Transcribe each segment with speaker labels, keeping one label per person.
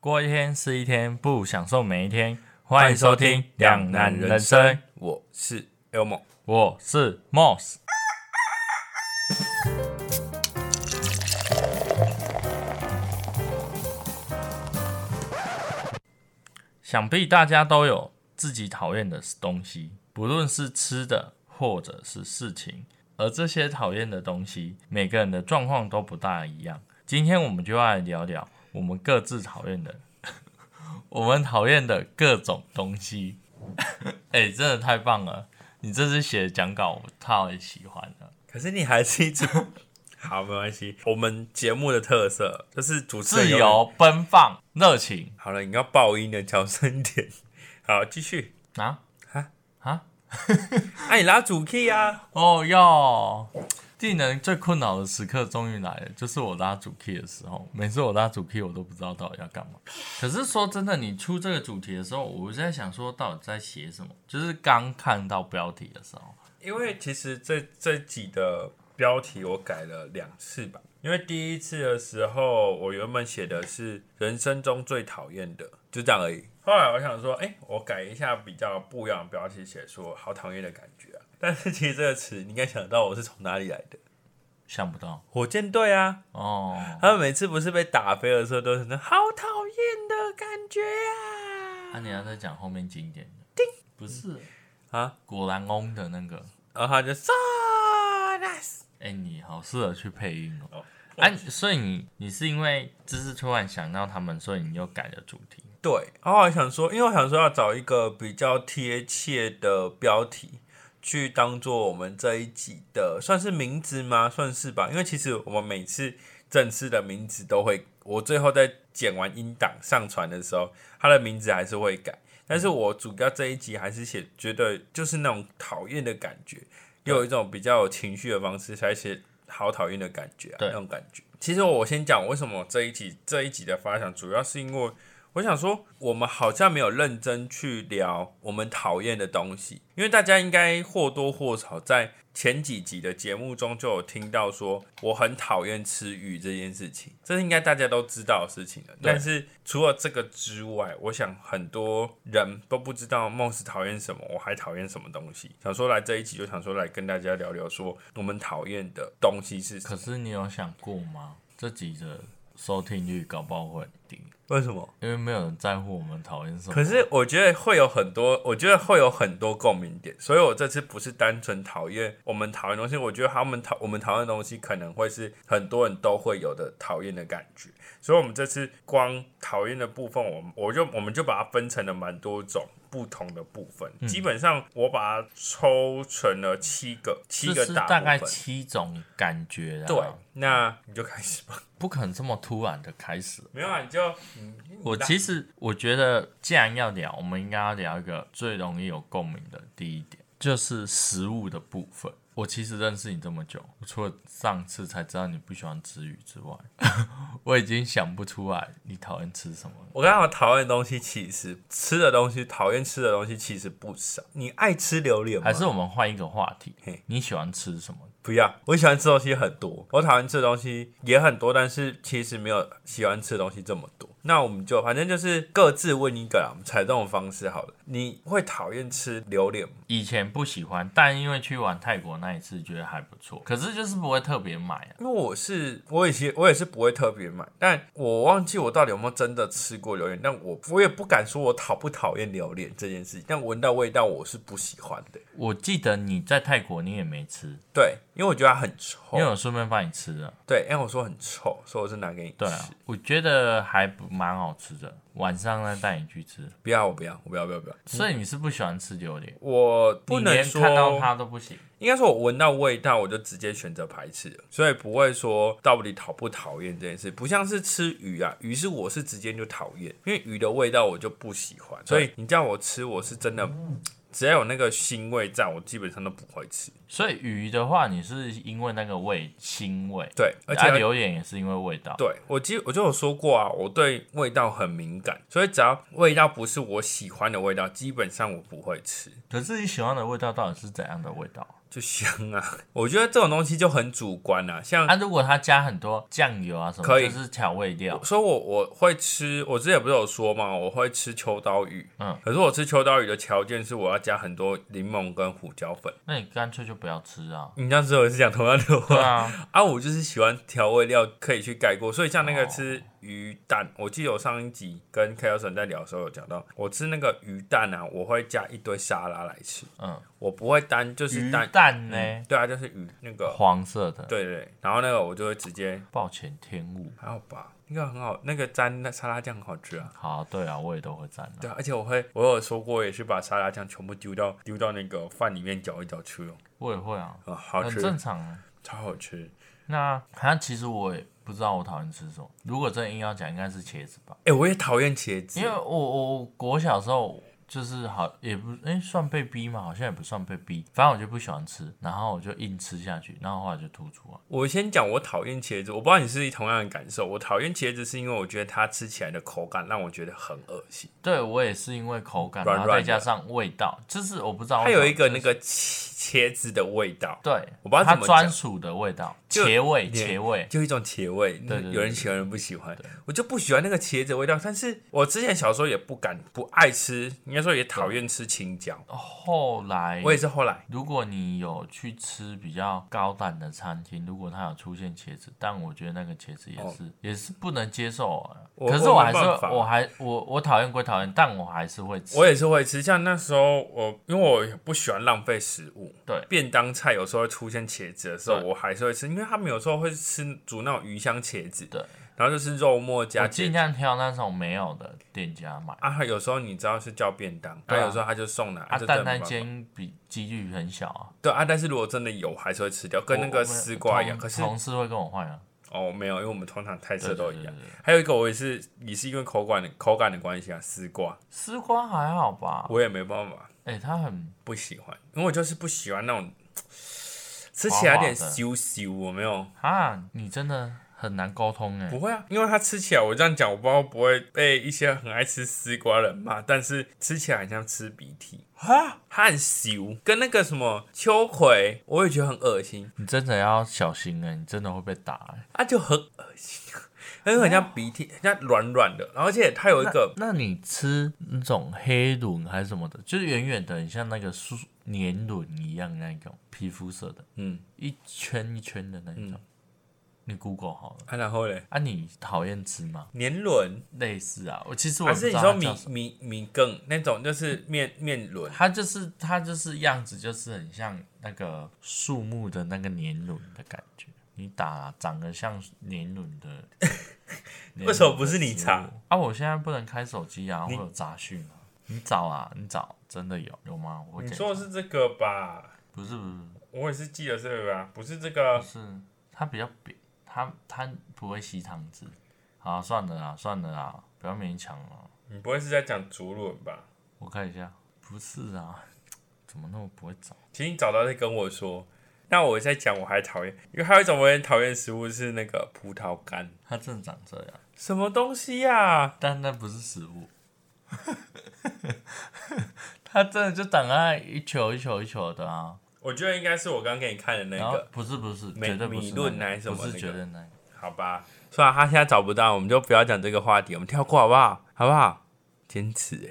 Speaker 1: 过一天是一天，不享受每一天。欢迎收听《两难人生》，
Speaker 2: 我是 Elmo。
Speaker 1: 我是 Moss。想必大家都有自己讨厌的东西，不论是吃的或者是事情，而这些讨厌的东西，每个人的状况都不大一样。今天我们就要来聊聊我们各自讨厌的， 我们讨厌的各种东西。 哎、真的太棒了！你这次写的讲稿，我太喜欢了。
Speaker 2: 可是你还是一直 好，没关系。我们节目的特色就是主持人
Speaker 1: 自
Speaker 2: 有。
Speaker 1: 由、奔放、热情
Speaker 2: 好了，你要爆音的，小声一点。好，继续。
Speaker 1: 啊
Speaker 2: 啊
Speaker 1: 啊！
Speaker 2: 哎、你拉主 key 啊！
Speaker 1: 哦哟，技能最困扰的时刻终于来了，就是我拉主 key 的时候。每次我拉主 key，我都不知道到底要干嘛。可是说真的，你出这个主题的时候，我在想说到底在写什么。就是刚看到标题的时候，
Speaker 2: 因为其实这这集的标题我改了两次吧。因为第一次的时候，我原本写的是人生中最讨厌的，就这样而已。后来我想说，哎、我改一下比较不一样的标题，写说好讨厌的感觉啊。但是其实这个词，你应该想到我是从哪里来的。
Speaker 1: 想不到
Speaker 2: 火箭队啊，
Speaker 1: 哦，
Speaker 2: 他们每次不是被打飞的时候，都是那好讨厌的感觉啊！
Speaker 1: 那、你要再讲后面经典的，不是
Speaker 2: 啊，
Speaker 1: 果然翁的那个。
Speaker 2: 然后他就 so nice，
Speaker 1: 哎、你好适合去配音哦。
Speaker 2: 哦
Speaker 1: 哎、所以你你是因为就是突然想到他们，所以你又改了主题。
Speaker 2: 对。然后我想说，因为我想说要找一个比较贴切的标题，去当做我们这一集的算是名字吗？算是吧，因为其实我们每次正式的名字都会，我最后在剪完音档上传的时候，它的名字还是会改。但是我主要这一集还是写，觉得就是那种讨厌的感觉，又有一种比较有情绪的方式才写好讨厌的感觉、啊，
Speaker 1: 对
Speaker 2: 那种感觉。其实我先讲为什么这一集这一集的发想，主要是因为我想说，我们好像没有认真去聊我们讨厌的东西，因为大家应该或多或少在前几集的节目中就有听到说，我很讨厌吃鱼这件事情，这是应该大家都知道的事情了。
Speaker 1: 对
Speaker 2: 但是除了这个之外，我想很多人都不知道梦是讨厌什么，我还讨厌什么东西。想说来这一集就想说来跟大家聊聊，说我们讨厌的东西是什
Speaker 1: 可
Speaker 2: 么？
Speaker 1: 是你有想过吗？这集的收听率搞不好会很低，
Speaker 2: 为什么？
Speaker 1: 因为没有人在乎我们讨厌什么。
Speaker 2: 可是我觉得会有很多，我觉得会有很多共鸣点，所以我这次不是单纯讨厌我们讨厌的东西，我觉得他们讨我们讨厌的东西可能会是很多人都会有的讨厌的感觉，所以我们这次光讨厌的部分，我们我就我们就把它分成了蛮多种不同的部分，
Speaker 1: 嗯
Speaker 2: 基本上我把它抽成了七个七
Speaker 1: 就
Speaker 2: 个
Speaker 1: 是
Speaker 2: 大
Speaker 1: 大概
Speaker 2: 部分。
Speaker 1: 七种感觉啦，
Speaker 2: 对，那你就开始吧。
Speaker 1: 不可能这么突然的开始。
Speaker 2: 没有啊，你就
Speaker 1: 我其实我觉得，既然要聊，我们应该要聊一个最容易有共鸣的第一点，就是食物的部分。我其实认识你这么久，我除了上次才知道你不喜欢吃鱼之外， 我已经想不出来你讨厌吃什么了。
Speaker 2: 我刚好讨厌的东西，其实吃的东西，讨厌吃的东西其实不少。你爱吃榴莲吗？
Speaker 1: 还是我们换一个话题
Speaker 2: 嘿，
Speaker 1: 你喜欢吃什么？
Speaker 2: 不要？我喜欢吃东西很多，我讨厌吃的东西也很多，但是其实没有喜欢吃的东西这么多。那我们就反正就是各自问一个啦，我们采这种方式好了。你会讨厌吃榴莲吗？
Speaker 1: 以前不喜欢，但因为去玩泰国那一次，觉得还不错，可是就是不会特别买啊。
Speaker 2: 因为我是我也是我也是不会特别买，但我忘记我到底有没有真的吃过榴莲。但我我也不敢说我讨不讨厌榴莲这件事情，但闻到味道我是不喜欢的。
Speaker 1: 我记得你在泰国你也没吃，
Speaker 2: 对，因为我觉得它很臭。
Speaker 1: 因为我顺便帮你吃啊了。
Speaker 2: 对，因为我说很臭，所以我是拿给你吃。
Speaker 1: 对啊，我觉得还不蛮好吃的，晚上再带你去吃。
Speaker 2: 不要，我不要，我不要，不要，不要。
Speaker 1: 所以你是不喜欢吃榴莲，
Speaker 2: 我不
Speaker 1: 你
Speaker 2: 能
Speaker 1: 连
Speaker 2: 说，
Speaker 1: 看到它都不行。
Speaker 2: 应该说我闻到味道，我就直接选择排斥了，所以不会说到底讨不讨厌这件事，不像是吃鱼啊，鱼是我是直接就讨厌，因为鱼的味道我就不喜欢，所以你叫我吃，我是真的，只要有那个腥味在，我基本上都不会吃。
Speaker 1: 所以鱼的话，你是因为那个味腥味，
Speaker 2: 对，而
Speaker 1: 啊
Speaker 2: 且
Speaker 1: 榴莲也是因为味道。
Speaker 2: 对我记我就有说过啊，我对味道很敏感，所以只要味道不是我喜欢的味道，基本上我不会吃。
Speaker 1: 可是你喜欢的味道到底是怎样的味道？
Speaker 2: 就香啊。我觉得这种东西就很主观啊，像
Speaker 1: 啊，如果它加很多酱油啊什么，
Speaker 2: 可以
Speaker 1: 就是调味料。
Speaker 2: 所以我我会吃，我之前不是有说嘛，我会吃秋刀鱼。
Speaker 1: 嗯，
Speaker 2: 可是我吃秋刀鱼的条件是我要加很多柠檬跟胡椒粉。
Speaker 1: 那你干脆就不要吃啊。
Speaker 2: 你那时候也是讲同样的
Speaker 1: 对
Speaker 2: 话
Speaker 1: 啊，
Speaker 2: 啊，我就是喜欢调味料可以去盖过，所以像那个
Speaker 1: 哦
Speaker 2: 吃鱼蛋，我记得我上一集跟 K 老神在聊的时候有讲到，我吃那个鱼蛋啊，我会加一堆沙拉来吃，
Speaker 1: 嗯，
Speaker 2: 我不会单就是
Speaker 1: 鱼
Speaker 2: 单
Speaker 1: 蛋呢？
Speaker 2: 嗯对啊，就是鱼那个，
Speaker 1: 黄色的，
Speaker 2: 对对对，然后那个我就会直接
Speaker 1: 暴殄天物。
Speaker 2: 还好吧，那个很好，那个沾那沙拉酱很好吃啊。
Speaker 1: 好、对啊，我也都会蘸的、
Speaker 2: 对啊，而且我会，我有说过，也是把沙拉酱全部丢到丢到那个饭里面搅一搅吃哦，
Speaker 1: 我也会啊，
Speaker 2: 啊，好
Speaker 1: 很
Speaker 2: 吃，
Speaker 1: 正常啊。
Speaker 2: 超好吃。
Speaker 1: 那它其实我也不知道我讨厌吃什么。如果真的硬要讲，应该是茄子吧，
Speaker 2: 哎、我也讨厌茄子
Speaker 1: 因为，我我我国小时候就是好也不哎、算被逼嘛，好像也不算被逼，反正我就不喜欢吃，然后我就硬吃下去，然后后来就吐出来。
Speaker 2: 我先讲我讨厌茄子，我不知道你是不是同样的感受。我讨厌茄子是因为我觉得它吃起来的口感让我觉得很恶心，
Speaker 1: 对我也是因为口感，
Speaker 2: 软
Speaker 1: 然后再
Speaker 2: 软的
Speaker 1: 加上味道，就是我不知道为
Speaker 2: 它
Speaker 1: 什么
Speaker 2: 有一个
Speaker 1: 就
Speaker 2: 那
Speaker 1: 哦是
Speaker 2: 个茄茄子的味道，
Speaker 1: 对，
Speaker 2: 我不知道
Speaker 1: 它
Speaker 2: 怎么讲
Speaker 1: 专属的味道，
Speaker 2: 就
Speaker 1: 茄味，
Speaker 2: 也
Speaker 1: 茄味。
Speaker 2: 就一种茄味。
Speaker 1: 对对
Speaker 2: 有人喜欢，有人不喜欢。我就不喜欢那个茄子的味道，但是我之前小时候也不敢不爱吃，应该说也讨厌吃青椒。
Speaker 1: 后来
Speaker 2: 我也是后来，
Speaker 1: 如果你有去吃比较高档的餐厅，如果它有出现茄子，但我觉得那个茄子也是、也是不能接受啊。
Speaker 2: 我
Speaker 1: 可是
Speaker 2: 我
Speaker 1: 我还
Speaker 2: 没
Speaker 1: 是
Speaker 2: 办法
Speaker 1: 我还我我讨厌归讨厌，但我还是会吃。
Speaker 2: 我也是会吃，像那时候我因为我也不喜欢浪费食物，
Speaker 1: 对
Speaker 2: 便当菜有时候会出现茄子的时候，
Speaker 1: 对
Speaker 2: 我还是会吃，因为他们有时候会吃煮那种鱼香茄子，
Speaker 1: 对，
Speaker 2: 然后就是肉末加
Speaker 1: 我
Speaker 2: 茄
Speaker 1: 尽
Speaker 2: 子。
Speaker 1: 量挑那种没有的店家买。
Speaker 2: 啊，有时候你知道是叫便当，
Speaker 1: 对啊
Speaker 2: 有时候他就送来，
Speaker 1: 啊，
Speaker 2: 这真
Speaker 1: 但
Speaker 2: 的
Speaker 1: 那
Speaker 2: 没办法
Speaker 1: 间比几率很小啊，
Speaker 2: 对啊，但是如果真的有，还是会吃掉，跟那
Speaker 1: 我
Speaker 2: 个
Speaker 1: 我们
Speaker 2: 丝瓜一样。
Speaker 1: 同
Speaker 2: 可是
Speaker 1: 同事会跟我换啊，
Speaker 2: 哦，没有，因为我们通常菜
Speaker 1: 对
Speaker 2: 色都
Speaker 1: 对
Speaker 2: 一
Speaker 1: 对
Speaker 2: 样。
Speaker 1: 对对
Speaker 2: 还有一个我也是，也是因为口感的口感的关系啊，丝瓜
Speaker 1: 丝瓜还好吧？
Speaker 2: 我也没办法，
Speaker 1: 哎、它很
Speaker 2: 不喜欢，因为我就是不喜欢那种吃起来有点
Speaker 1: 滑滑的
Speaker 2: 羞羞，我没有。
Speaker 1: 啊，你真的很难沟通哎、
Speaker 2: 不会啊，因为它吃起来，我这样讲，我不知道会不会被一些很爱吃丝瓜的人骂，但是吃起来很像吃鼻涕啊，它很羞，跟那个什么秋葵，我也觉得很恶心，
Speaker 1: 你真的要小心哎、你真的会被打哎、
Speaker 2: 啊，就很恶心， 很很像鼻涕，很像软软的，而且它有一个
Speaker 1: 那你吃那种黑轮还是什么的，就是远远的，很像那个树年轮一样那种皮肤色的，
Speaker 2: 嗯，
Speaker 1: 一圈一圈的那种。你 Google 好了
Speaker 2: 啊，然后嘞，
Speaker 1: 啊？你讨厌吃吗？
Speaker 2: 年轮，
Speaker 1: 类似啊，我其实我
Speaker 2: 还
Speaker 1: 也不
Speaker 2: 是
Speaker 1: 知
Speaker 2: 你
Speaker 1: 道
Speaker 2: 说
Speaker 1: 它
Speaker 2: 米
Speaker 1: 叫什么。
Speaker 2: 米米羹那种，就是面面轮，
Speaker 1: 它就是它就是样子，就是很像那个树木的那个年轮的感觉。你打长得像年轮 的，
Speaker 2: 为什么不是你查
Speaker 1: 年轮的植物啊？我现在不能开手机啊，会
Speaker 2: 你
Speaker 1: 有杂讯啊。你找啊，你找，真的有有吗？我
Speaker 2: 你
Speaker 1: 检
Speaker 2: 说的是这个吧？
Speaker 1: 不是不是
Speaker 2: 我也是记得这个吧，不是这个啊
Speaker 1: 不是，它比较扁，它它不会吸汤汁。好，算了啦，算了啦，不要勉强了。
Speaker 2: 你不会是在讲竹轮吧？
Speaker 1: 我看一下，不是啊，怎么那么不会找？
Speaker 2: 请你找到再跟我说。那我在讲，我还讨厌，因为还有一种我很讨厌的食物是那个葡萄干，
Speaker 1: 它真的长这样，
Speaker 2: 什么东西呀、
Speaker 1: 但那不是食物， 它真的就长在一球一球一球的啊。
Speaker 2: 我觉得应该是我刚给你看的那
Speaker 1: 然后
Speaker 2: 个，
Speaker 1: 不是不是，
Speaker 2: 美
Speaker 1: 绝对不
Speaker 2: 米
Speaker 1: 是
Speaker 2: 论
Speaker 1: 那
Speaker 2: 还
Speaker 1: 个
Speaker 2: 是什么
Speaker 1: 不
Speaker 2: 那
Speaker 1: 是
Speaker 2: 个
Speaker 1: 绝对那个。
Speaker 2: 好吧？算了，他现在找不到，我们就不要讲这个话题，我们跳过好不好？好不好？坚持哎、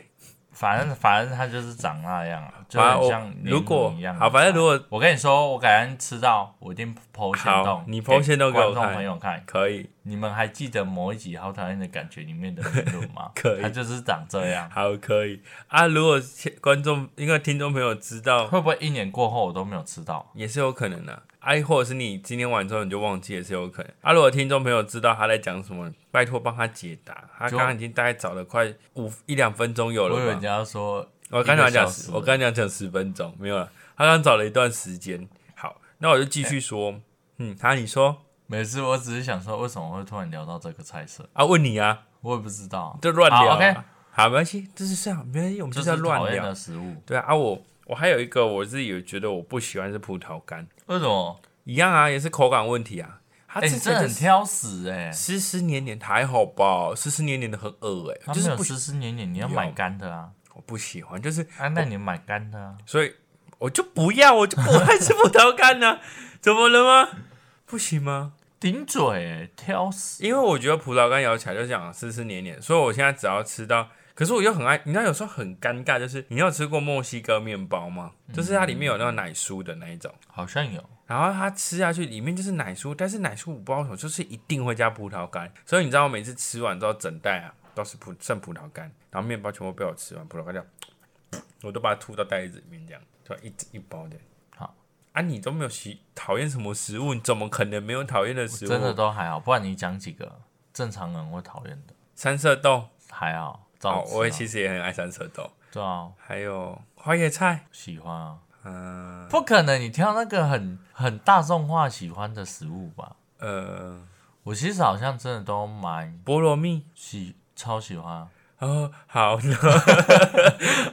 Speaker 1: 反正反正它就是长那样啊，就
Speaker 2: 反正
Speaker 1: 很
Speaker 2: 我
Speaker 1: 像柠
Speaker 2: 如果
Speaker 1: 檬一样的
Speaker 2: 好，反正如果
Speaker 1: 我跟你说，我改天吃到，我一定剖线
Speaker 2: 好
Speaker 1: 动，
Speaker 2: 你 po 限动给
Speaker 1: 观
Speaker 2: 我看
Speaker 1: 众朋友看。
Speaker 2: 可以，？
Speaker 1: 你们还记得某一集《好讨厌的感觉》里面的名录吗
Speaker 2: 可以
Speaker 1: 它就是长这样。
Speaker 2: 好可以啊。如果观众因为听众朋友知道，
Speaker 1: 会不会一年过后我都没有吃到？
Speaker 2: 也是有可能的、啊。啊，或者是你今天晚之后你就忘记，也是有可能。啊，如果听众朋友知道他在讲什么，拜托帮他解答。他
Speaker 1: 就
Speaker 2: 刚刚已经大概找了快五一两分钟有
Speaker 1: 我以为
Speaker 2: 了
Speaker 1: 人
Speaker 2: 吧？
Speaker 1: 家说
Speaker 2: 我刚才
Speaker 1: 一
Speaker 2: 讲
Speaker 1: 个小时
Speaker 2: 十，我刚才讲十分钟没有了。他刚找了一段时间。好，那我就继续说。嗯，他、你说
Speaker 1: 每次我只是想说，为什么会突然聊到这个菜色，
Speaker 2: 啊？问你啊，
Speaker 1: 我也不知道。
Speaker 2: 就乱聊、啊。
Speaker 1: 好，OK
Speaker 2: 好，没关系，这是这样，没关系，我们
Speaker 1: 就
Speaker 2: 就是是要乱
Speaker 1: 讨厌
Speaker 2: 聊
Speaker 1: 的。食物，
Speaker 2: 对啊，啊我我还有一个我自己有觉得我不喜欢是葡萄干，
Speaker 1: 为什么？
Speaker 2: 一样啊，也是口感问题啊。它
Speaker 1: 哎、
Speaker 2: 吃
Speaker 1: 你
Speaker 2: 起来
Speaker 1: 真的
Speaker 2: 就
Speaker 1: 很
Speaker 2: 是
Speaker 1: 挑食哎、
Speaker 2: 湿湿黏黏还好吧，湿湿黏黏的很恶哎、
Speaker 1: 它
Speaker 2: 就
Speaker 1: 没
Speaker 2: 是
Speaker 1: 有
Speaker 2: 不喜
Speaker 1: 湿湿黏黏，你要买干的啊！
Speaker 2: 我不喜欢，就是
Speaker 1: 啊，那你买干的啊，
Speaker 2: 所以我就不要，我就不爱吃葡萄干呢、 怎么了吗？不行吗？
Speaker 1: 顶嘴、欸，挑食。
Speaker 2: 因为我觉得葡萄干咬起来就这样丝丝黏黏，所以我现在只要吃到，可是我又很爱，你知道有时候很尴尬，就是你有吃过墨西哥面包吗？就是它里面有那个奶酥的那一种，
Speaker 1: 好像有，
Speaker 2: 然后它吃下去里面就是奶酥，但是奶酥我不知道为什么就是一定会加葡萄干，所以你知道我每次吃完之后整袋啊都是葡剩葡萄干，然后面包全部被我吃完，葡萄干这样，我都把它吐到袋子里面这样，就一一包的。
Speaker 1: 好
Speaker 2: 啊，你都没有喜讨厌什么食物，你怎么可能没有讨厌的食物？
Speaker 1: 真的都还好。不然你讲几个正常人会讨厌的，
Speaker 2: 三色豆，
Speaker 1: 还好。
Speaker 2: 哦
Speaker 1: 照，吃啊
Speaker 2: 我也其实也很爱三色豆，
Speaker 1: 对啊，
Speaker 2: 还有花椰菜，
Speaker 1: 喜欢啊。
Speaker 2: 嗯
Speaker 1: 不可能，你挑那个很很大众化喜欢的食物吧？
Speaker 2: 呃，
Speaker 1: 我其实好像真的都蛮
Speaker 2: 菠萝蜜。
Speaker 1: 喜超喜欢啊。
Speaker 2: 哦，好呢，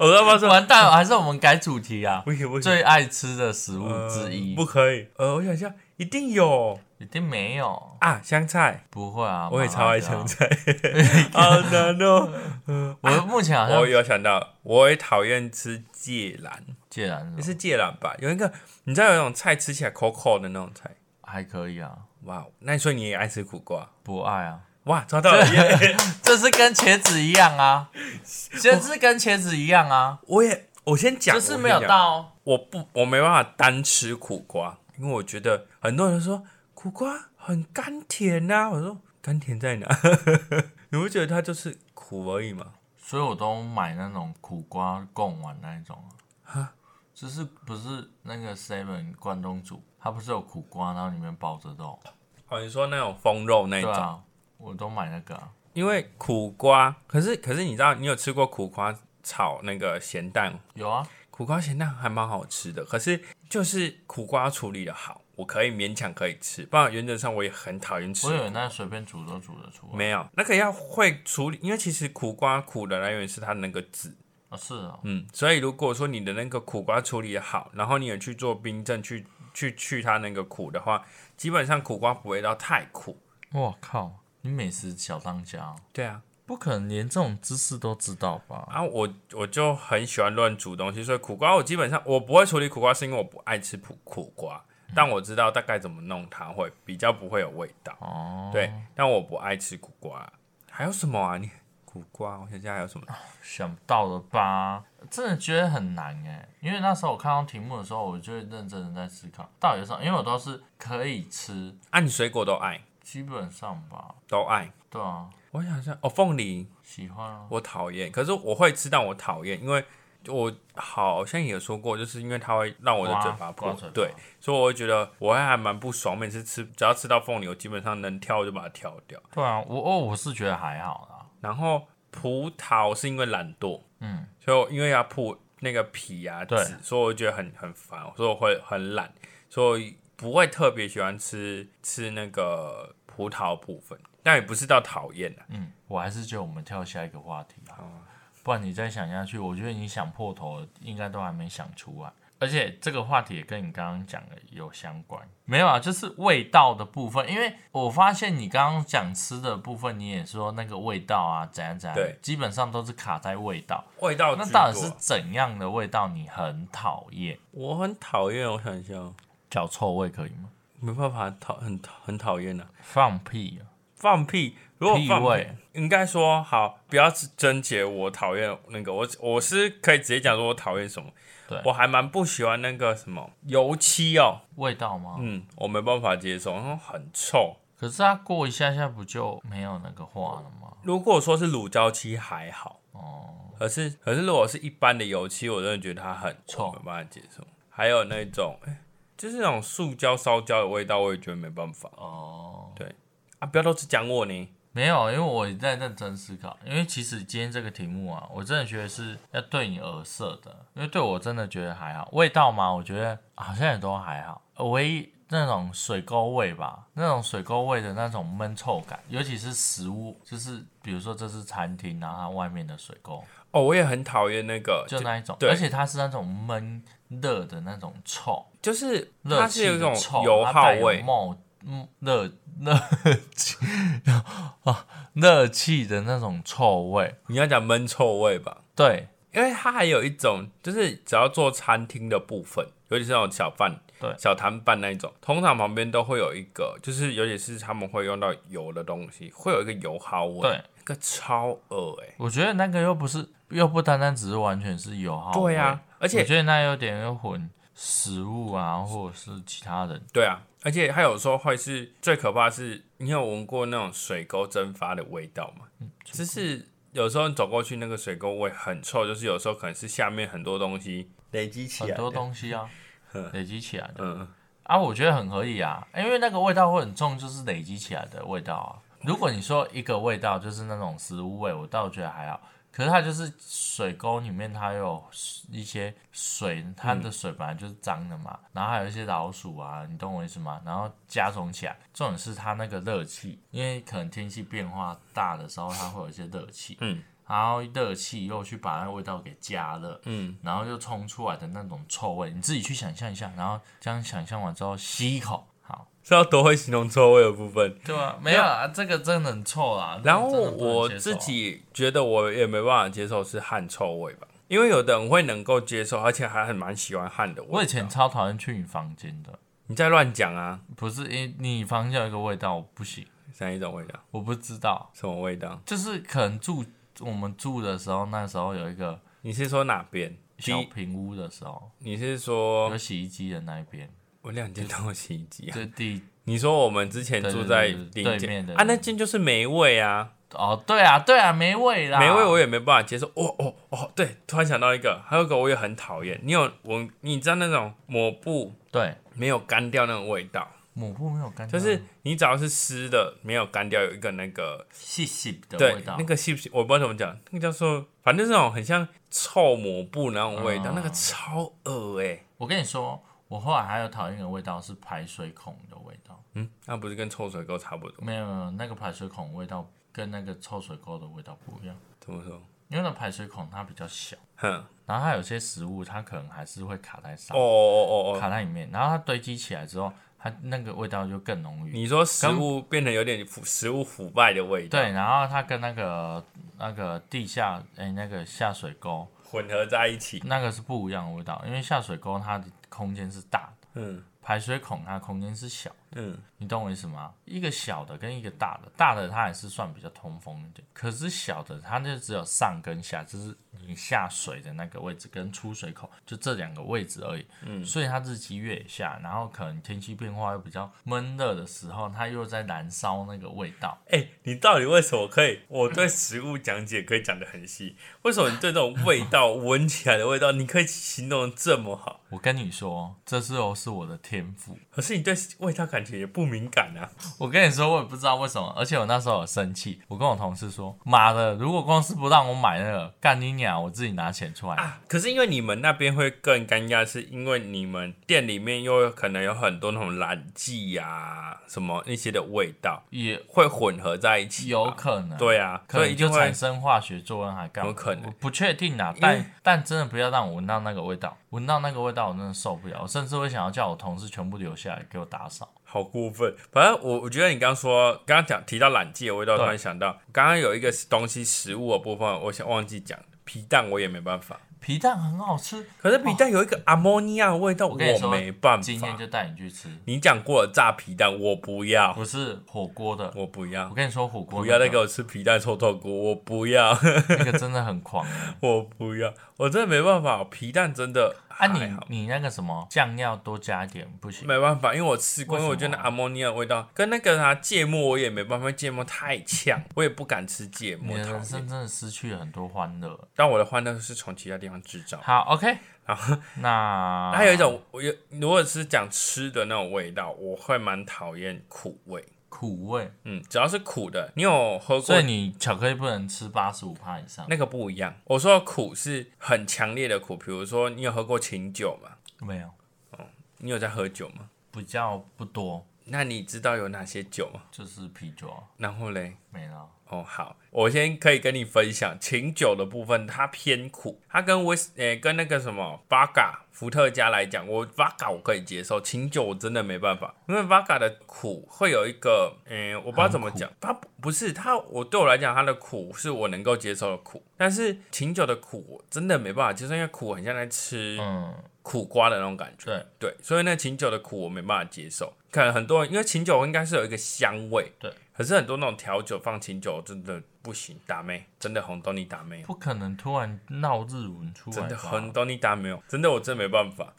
Speaker 2: 我都不知道
Speaker 1: 完蛋了，还是我们改主题啊？
Speaker 2: 不行不行，
Speaker 1: 最爱吃的食物之一，
Speaker 2: 呃不可以。呃，我想一下，一定有
Speaker 1: 一定没有，
Speaker 2: 啊，香菜，
Speaker 1: 不会啊。
Speaker 2: 我也
Speaker 1: 麻
Speaker 2: 超爱
Speaker 1: 的啊
Speaker 2: 香。菜， 好难哦。
Speaker 1: 我目前好像
Speaker 2: 我有想到，我也讨厌吃芥蓝，
Speaker 1: 芥蓝
Speaker 2: 也
Speaker 1: 是
Speaker 2: 是芥蓝吧？有一个，你知道有一种菜吃起来口口的那种菜，
Speaker 1: 还可以啊，
Speaker 2: 哇，那所以你也爱吃苦瓜？
Speaker 1: 不爱啊。
Speaker 2: 哇，抓到了耶！
Speaker 1: 这是跟茄子一样啊，这是跟茄子一样啊，
Speaker 2: 我也，我先讲，
Speaker 1: 就是
Speaker 2: 我
Speaker 1: 没
Speaker 2: 先
Speaker 1: 有
Speaker 2: 讲
Speaker 1: 到
Speaker 2: 我不，我没办法单吃苦瓜，因为我觉得很多人都说苦瓜很甘甜呐、我说甘甜在哪？ 你不觉得它就是苦而已吗？
Speaker 1: 所以我都买那种苦瓜贡丸那一种啊，就是不是那个 Seven 关东煮，它不是有苦瓜，然后里面包着肉，
Speaker 2: 哦，你说那种风肉那一
Speaker 1: 对
Speaker 2: 种，
Speaker 1: 啊，我都买那个、啊，
Speaker 2: 因为苦瓜，可是可是你知道，你有吃过苦瓜炒那个咸蛋？
Speaker 1: 有啊，
Speaker 2: 苦瓜咸蛋还蛮好吃的，可是就是苦瓜处理的好，我可以勉强可以吃，不然原则上我也很讨厌吃
Speaker 1: 我。以为那随便煮都煮得出来，
Speaker 2: 没有，那个要会处理，因为其实苦瓜苦的来源是它那个籽，
Speaker 1: 啊是哦，
Speaker 2: 嗯，所以如果说你的那个苦瓜处理得好，然后你也去做冰镇去去去它那个苦的话，基本上苦瓜不会到太苦。
Speaker 1: 我靠，你美食小当家哦、
Speaker 2: 对啊，
Speaker 1: 不可能连这种知识都知道吧？
Speaker 2: 啊我我就很喜欢乱煮东西，所以苦瓜我基本上我不会处理苦瓜，是因为我不爱吃苦苦瓜，
Speaker 1: 嗯
Speaker 2: 但我知道大概怎么弄它会比较不会有味道。
Speaker 1: 哦，
Speaker 2: 对，，但我不爱吃苦瓜。还有什么啊？你苦瓜，我想想还有什
Speaker 1: 哦
Speaker 2: 么？
Speaker 1: 想不到了吧？真的觉得很难哎、因为那时候我看到题目的时候，我就会认真的在思考到底是什么，因为我都是可以吃，
Speaker 2: 啊，你水果都爱
Speaker 1: 基本上吧，
Speaker 2: 都爱。
Speaker 1: 对啊，
Speaker 2: 我想想，哦，凤梨，
Speaker 1: 喜欢啊，
Speaker 2: 我讨厌，可是我会吃，但我讨厌，因为我好像也说过，就是因为它会让我的嘴巴
Speaker 1: 刮
Speaker 2: 破
Speaker 1: 刮嘴，巴
Speaker 2: 对，所以我会觉得我还蛮不爽。每次吃只要吃到凤梨，我基本上能挑我就把它挑掉。
Speaker 1: 对啊，我哦我是觉得还好啦，
Speaker 2: 然后葡萄是因为懒惰，
Speaker 1: 嗯，
Speaker 2: 所以我因为要破那个皮啊
Speaker 1: 对
Speaker 2: 籽，所以我觉得很很烦，所以我会很懒，所以不会特别喜欢吃吃那个葡萄部分，但也不是到讨厌啊。
Speaker 1: 嗯，哦我还是觉得我们跳下一个话题吧，不然你再想下去，我觉得你想破头了，应该都还没想出来。而且这个话题也跟你刚刚讲的有相关，没有啊，就是味道的部分。因为我发现你刚刚讲吃的部分，你也说那个味道啊，怎样怎样，
Speaker 2: 对
Speaker 1: 基本上都是卡在味道。
Speaker 2: 味道
Speaker 1: 那
Speaker 2: 居
Speaker 1: 到底
Speaker 2: 多啊
Speaker 1: 是怎样的味道你很讨厌？
Speaker 2: 我很讨厌，我想一下哦。
Speaker 1: 脚臭味可以吗？
Speaker 2: 没办法，讨很很讨厌的。
Speaker 1: 放屁、啊，
Speaker 2: 放屁，如果
Speaker 1: 屁
Speaker 2: 放屁
Speaker 1: 味，
Speaker 2: 应该说好，不要纠结我讨厌那个，我我是可以直接讲说我讨厌什么。
Speaker 1: 对
Speaker 2: 我还蛮不喜欢那个什么油漆哦，
Speaker 1: 味道吗？
Speaker 2: 嗯，我没办法接受，然后很臭。
Speaker 1: 可是它过一下下不就没有那个话了吗？
Speaker 2: 如果说是乳胶漆还好，
Speaker 1: 哦，
Speaker 2: 可是可是如果是一般的油漆，我真的觉得它很
Speaker 1: 臭
Speaker 2: 我没办法接受。还有那种，哎就是那种塑胶烧焦的味道，我也觉得没办法
Speaker 1: 哦，
Speaker 2: 啊！不要都只讲我呢，
Speaker 1: 没有，因为我也在认真思考，因为其实今天这个题目啊，我真的觉得是要对你而设的，因为对我真的觉得还好，味道嘛，我觉得好像也都还好，呃唯一那种水沟味吧，那种水沟味的那种闷臭感，尤其是食物，就是比如说这是餐厅，然后它外面的水沟，
Speaker 2: 哦，我也很讨厌那个，
Speaker 1: 就那一种，
Speaker 2: 对
Speaker 1: 而且它是那种闷热的那种臭，
Speaker 2: 就是
Speaker 1: 热
Speaker 2: 它是
Speaker 1: 气
Speaker 2: 有一种
Speaker 1: 的臭，
Speaker 2: 油
Speaker 1: 它
Speaker 2: 耗
Speaker 1: 带有
Speaker 2: 味，
Speaker 1: 冒嗯热热气 啊热气的那种臭味，
Speaker 2: 你要讲闷臭味吧？
Speaker 1: 对，
Speaker 2: 因为它还有一种，就是只要做餐厅的部分，尤其是那种小贩、
Speaker 1: 对
Speaker 2: 小摊贩那一种，通常旁边都会有一个，就是尤其是他们会用到油的东西，会有一个油耗味，
Speaker 1: 对，
Speaker 2: 那个超恶哎、
Speaker 1: 我觉得那个又不是，又不单单只是完全是油耗。
Speaker 2: 对啊，，而
Speaker 1: 而且我
Speaker 2: 且
Speaker 1: 觉得那有点又混食物啊，或者是其他人。
Speaker 2: 对啊，而且还有时候会是最可怕的是，你有闻过那种水沟蒸发的味道吗？
Speaker 1: 嗯
Speaker 2: 就是有时候你走过去，那个水沟味很臭，就是有时候可能是下面很多东西累积起来
Speaker 1: 很
Speaker 2: 的，
Speaker 1: 多东西啊， 累积起来的
Speaker 2: 嗯。
Speaker 1: 啊，我觉得很合理啊，因为那个味道会很重，就是累积起来的味道啊。如果你说一个味道就是那种食物味，我倒觉得还好。可是它就是水沟里面，它有一些水，它
Speaker 2: 嗯
Speaker 1: 的水本来就是脏的嘛，然后还有一些老鼠啊，你懂我意思吗？然后加总起来，重点是它那个热气，因为可能天气变化大的时候，它会有一些热气，
Speaker 2: 嗯，
Speaker 1: 然后热气又去把那个味道给加热，
Speaker 2: 嗯，
Speaker 1: 然后就冲出来的那种臭味，你自己去想象一下，然后这样想象完之后吸一口，好，
Speaker 2: 是要多会形容臭味的部分。
Speaker 1: 对啊，没有啊，这个真的很臭啦。
Speaker 2: 然后
Speaker 1: 这个真的不能
Speaker 2: 我
Speaker 1: 接受
Speaker 2: 自
Speaker 1: 啊
Speaker 2: 己觉得我也没办法接受是汗臭味吧，因为有的人会能够接受，而且还很蛮喜欢汗的味道。
Speaker 1: 我以前超讨厌去你房间的，
Speaker 2: 你在乱讲啊，
Speaker 1: 不是因你房间有一个味道，我不行，
Speaker 2: 哪一种味道？
Speaker 1: 我不知道，
Speaker 2: 什么味道？
Speaker 1: 就是可能住我们住的时候，那时候有一个
Speaker 2: 你是说哪边？第
Speaker 1: 小
Speaker 2: 一，
Speaker 1: 平屋的时候，
Speaker 2: 你是说
Speaker 1: 有洗衣机的那一边，
Speaker 2: 我两间都有洗衣机啊？
Speaker 1: 就第
Speaker 2: 你说我们之前住在
Speaker 1: 对对对
Speaker 2: 另
Speaker 1: 对
Speaker 2: 一
Speaker 1: 面
Speaker 2: 间
Speaker 1: 的
Speaker 2: 啊，那间就是霉味啊，
Speaker 1: 哦，对啊，对啊，没味啦，
Speaker 2: 霉味我也没办法接受。哦哦哦，对，突然想到一个，还有一个我也很讨厌。你有我，你知道那种抹布
Speaker 1: 对
Speaker 2: 没有干掉那种味道。
Speaker 1: 抹布没有干净，
Speaker 2: 就是你只要是湿的，没有干掉，有一个那个
Speaker 1: 细细的
Speaker 2: 对
Speaker 1: 味道，
Speaker 2: 那个细我不知道怎么讲，那个叫做反正是那种很像臭抹布那种味道，
Speaker 1: 嗯
Speaker 2: 那个超恶哎、
Speaker 1: 我跟你说，我后来还有讨厌的味道是排水孔的味道。
Speaker 2: 嗯，那不是跟臭水沟差不多？
Speaker 1: 没有没有，那个排水孔味道跟那个臭水沟的味道不一样，
Speaker 2: 怎么说？
Speaker 1: 因为那排水孔它比较小，
Speaker 2: 哼，哦
Speaker 1: 然后它有些食物它可能还是会卡在上，
Speaker 2: 哦哦哦哦，
Speaker 1: 卡在里面，然后它堆积起来之后，它那个味道就更浓郁。
Speaker 2: 你说食物变得有点腐，食物腐败的味道，
Speaker 1: 对，然后它跟那个那个地下哎、那个下水沟
Speaker 2: 混合在一起，
Speaker 1: 那个是不一样的味道，因为下水沟它的空间是大的，
Speaker 2: 嗯
Speaker 1: 排水孔它空间是小的
Speaker 2: 嗯，
Speaker 1: 你懂我意思吗？一个小的跟一个大的，大的它还是算比较通风一点，可是小的它就只有上跟下，就是你下水的那个位置跟出水口就这两个位置而已。嗯，所以它日积月下，然后可能天气变化又比较闷热的时候，它又在燃烧那个味道。
Speaker 2: 哎、你到底为什么可以？我对食物讲解可以讲得很细，为什么你对这种味道闻起来的味道，你可以形容得这么好？
Speaker 1: 我跟你说，这是哦是我的天赋。
Speaker 2: 可是你对味道感觉也不敏感啊。
Speaker 1: 我跟你说，我也不知道为什么，而且我那时候有生气，我跟我同事说：“妈的，如果公司不让我买那个，干你娘，我自己拿钱出来。
Speaker 2: 啊可是因为你们那边会更尴尬，是因为你们店里面又有可能有很多那种染剂呀、什么那些的味道
Speaker 1: 也
Speaker 2: 会混合在一起吧。
Speaker 1: 有可能，
Speaker 2: 对啊，
Speaker 1: 可
Speaker 2: 所以
Speaker 1: 以
Speaker 2: 一
Speaker 1: 就
Speaker 2: 定
Speaker 1: 产
Speaker 2: 会
Speaker 1: 生化学作用还干嘛？
Speaker 2: 有可能
Speaker 1: 我不确定啊。
Speaker 2: 因为
Speaker 1: 但但真的不要让我闻到那个味道，闻到那个味道我真的受不了，我甚至会想要叫我同事全部留下来给我打扫。
Speaker 2: 好过分。反正我我觉得你刚刚说，刚刚讲提到染剂的味道，
Speaker 1: 对
Speaker 2: 突然想到刚刚有一个东西食物的部分，我想忘记讲皮蛋，我也没办法。
Speaker 1: 皮蛋很好吃，
Speaker 2: 可是皮蛋有一个阿莫尼亚的味道，
Speaker 1: 我跟你说
Speaker 2: 没办
Speaker 1: 今天
Speaker 2: 法。
Speaker 1: 就带你去吃，
Speaker 2: 你讲过的炸皮蛋，我不要，
Speaker 1: 不是火锅的。
Speaker 2: 我不要
Speaker 1: 我。跟你说，火锅
Speaker 2: 不要哦再给
Speaker 1: 个
Speaker 2: 我吃皮蛋臭豆腐，我不要，
Speaker 1: 那个真的很狂欸
Speaker 2: 我不要，我真的没办法，皮蛋真的
Speaker 1: 啊！
Speaker 2: 还
Speaker 1: 你
Speaker 2: 好，
Speaker 1: 你那个什么酱料多加一点不行？
Speaker 2: 没办法，因为我吃过，
Speaker 1: 为什么啊
Speaker 2: 因为我觉得那阿莫尼亚的味道跟那个啥芥末我也没办法，芥末太呛，我也不敢吃芥
Speaker 1: 你
Speaker 2: 末，
Speaker 1: 的
Speaker 2: 讨
Speaker 1: 人
Speaker 2: 厌。
Speaker 1: 生真的失去了很多欢乐。
Speaker 2: 但我的欢乐是从其他地方制造。
Speaker 1: 好，OK，
Speaker 2: 然后
Speaker 1: 那
Speaker 2: 还有一种，我有如果是讲吃的那种味道，我会蛮讨厌苦味。
Speaker 1: 苦味，
Speaker 2: 嗯，只要是苦的，你有喝过
Speaker 1: 所以你巧克力不能吃八十五帕以上。
Speaker 2: 那个不一样。我说的苦是很强烈的苦，比如说你有喝过琴酒吗？
Speaker 1: 没有，
Speaker 2: 你有在喝酒吗？
Speaker 1: 比较不多，
Speaker 2: 那你知道有哪些酒吗？
Speaker 1: 就是啤酒啊
Speaker 2: 然后嘞，
Speaker 1: 没了。
Speaker 2: 哦好，我先可以跟呃你分享琴酒的部分，它偏苦，它跟威斯，诶、跟那个什么巴嘎伏特加来讲，我 vodka 我可以接受，清酒我真的没办法，因为 vodka 的苦会有一个，嗯、我不知道怎么讲，它不不是它，我对我来讲，它的苦是我能够接受的苦，但是清酒的苦我真的没办法接受，因为苦很像在吃
Speaker 1: 嗯，
Speaker 2: 苦瓜的那种感觉。
Speaker 1: 对
Speaker 2: 对，所以那琴酒的苦我没办法接受。可能很多人因为琴酒应该是有一个香味，
Speaker 1: 对。
Speaker 2: 可是很多那种调酒放琴酒真的不行，打妹真的红豆你打妹，
Speaker 1: 不可能突然闹日文出
Speaker 2: 真
Speaker 1: 来
Speaker 2: 的
Speaker 1: 吧？
Speaker 2: 红豆你打没有，真的我真没办法。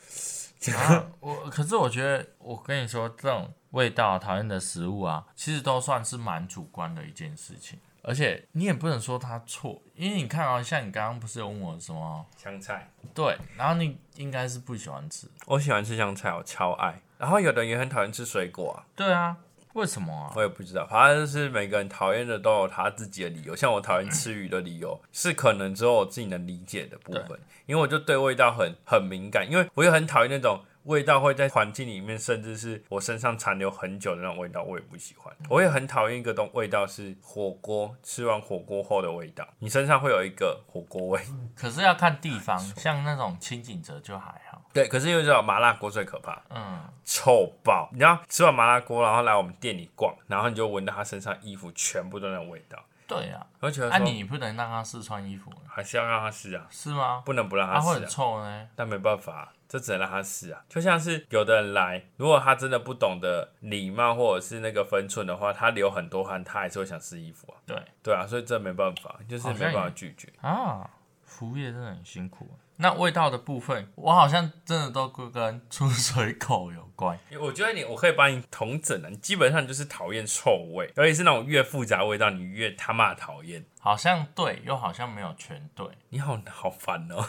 Speaker 1: 啊，我可是我觉得，我跟你说，这种味道讨厌的食物啊，其实都算是蛮主观的一件事情，而且你也不能说它错，因为你看啊，像你刚刚不是有问我什么？
Speaker 2: 香菜，
Speaker 1: 对，然后你应该是不喜欢吃，
Speaker 2: 我喜欢吃香菜，我超爱。然后有的人也很讨厌吃水果啊，
Speaker 1: 对啊，为什么啊？
Speaker 2: 我也不知道，反正就是每个人讨厌的都有他自己的理由。像我讨厌吃鱼的理由，是可能只有我自己能理解的部分，因为我就对味道很很敏感，因为我也很讨厌那种味道会在环境里面，甚至是我身上残留很久的那种味道，我也不喜欢。我也很讨厌一个东味道是火锅吃完火锅后的味道，你身上会有一个火锅味。
Speaker 1: 可是要看地方，像那种清景泽就还好，
Speaker 2: 对，可是因为这种麻辣锅最可怕，
Speaker 1: 嗯，
Speaker 2: 臭爆！你知道吃完麻辣锅，然后来我们店里逛，然后你就闻到他身上衣服全部都那种味道。
Speaker 1: 对啊，
Speaker 2: 我就觉得
Speaker 1: 啊
Speaker 2: 说
Speaker 1: 你不能让他试穿衣服，
Speaker 2: 还是要让他试啊，
Speaker 1: 是吗？
Speaker 2: 不能不让
Speaker 1: 他
Speaker 2: 他
Speaker 1: 会
Speaker 2: 试
Speaker 1: 很
Speaker 2: 啊。
Speaker 1: 臭呢，
Speaker 2: 但没办法、啊这只能让他试啊。就像是有的人来，如果他真的不懂得礼貌或者是那个分寸的话，他流很多汗，他还是会想试衣服啊。
Speaker 1: 对
Speaker 2: 对啊，所以这没办法，就是
Speaker 1: 好
Speaker 2: 没
Speaker 1: 像
Speaker 2: 办法
Speaker 1: 也
Speaker 2: 拒绝。
Speaker 1: 啊，服务业真的很辛苦。那味道的部分，我好像真的都跟出水口有关。
Speaker 2: 我觉得你，我可以帮你统整啊。你基本上就是讨厌臭味，尤其是那种越复杂味道，你越他妈讨厌。
Speaker 1: 好像对，又好像没有全对。
Speaker 2: 你好好烦哦、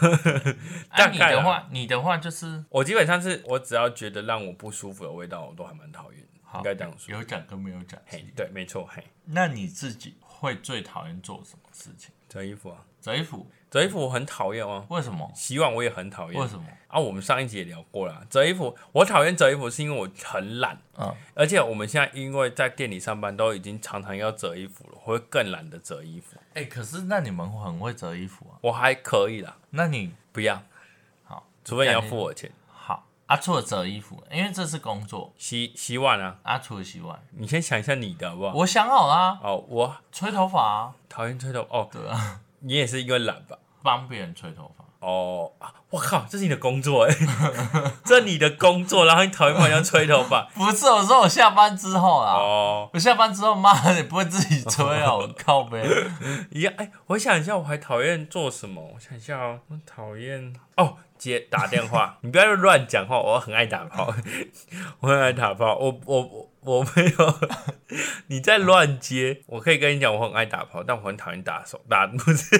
Speaker 1: 啊，
Speaker 2: 大
Speaker 1: 你
Speaker 2: 概啦
Speaker 1: 的话，你的话就是
Speaker 2: 我基本上是我只要觉得让我不舒服的味道，我都还蛮讨厌的，应该这样说。
Speaker 1: 有讲跟没有讲。
Speaker 2: 嘿，对，没错，嘿，
Speaker 1: 那你自己会最讨厌做什么事情？
Speaker 2: 折衣服啊，
Speaker 1: 折衣服？
Speaker 2: 折衣服我很讨厌哦，
Speaker 1: 为什么？
Speaker 2: 洗碗我也很讨
Speaker 1: 为
Speaker 2: 厌
Speaker 1: 什么？
Speaker 2: 啊。我们上一集也聊过了，折衣服我讨厌折衣服是因为我很懒，
Speaker 1: 嗯，
Speaker 2: 而且我们现在因为在店里上班，都已经常常要折衣服了，我会更懒得折衣服。
Speaker 1: 哎、可是那你们很会折衣服啊？
Speaker 2: 我还可以啦，
Speaker 1: 那你
Speaker 2: 不要，
Speaker 1: 好，
Speaker 2: 除非你要付我钱。
Speaker 1: 好啊，除了折衣服，因为这是工作
Speaker 2: 洗洗碗啊，
Speaker 1: 啊，除了洗碗，
Speaker 2: 你先想一下你的好不好？
Speaker 1: 我想好啦、
Speaker 2: 哦，我
Speaker 1: 吹头发啊，
Speaker 2: 讨厌吹头哦，
Speaker 1: 对啊，
Speaker 2: 你也是因为懒吧？
Speaker 1: 帮别人吹头发。
Speaker 2: 哦，啊我靠，这是你的工作哎、 这你的工作，然后你讨厌帮人家吹头发
Speaker 1: 不是，我说我下班之后啦，
Speaker 2: 哦，
Speaker 1: 我下班之后，妈的，你不会自己吹 啊？我靠呗！
Speaker 2: 一样哎，我想一下，我还讨厌做什么？我想一下哦，我讨厌哦，接打 电话，你不要乱讲话，我很爱打炮， 我很爱打炮，我我我我没有， 你在乱接，我可以跟你讲，我很爱打炮，但我很讨厌打手打 不是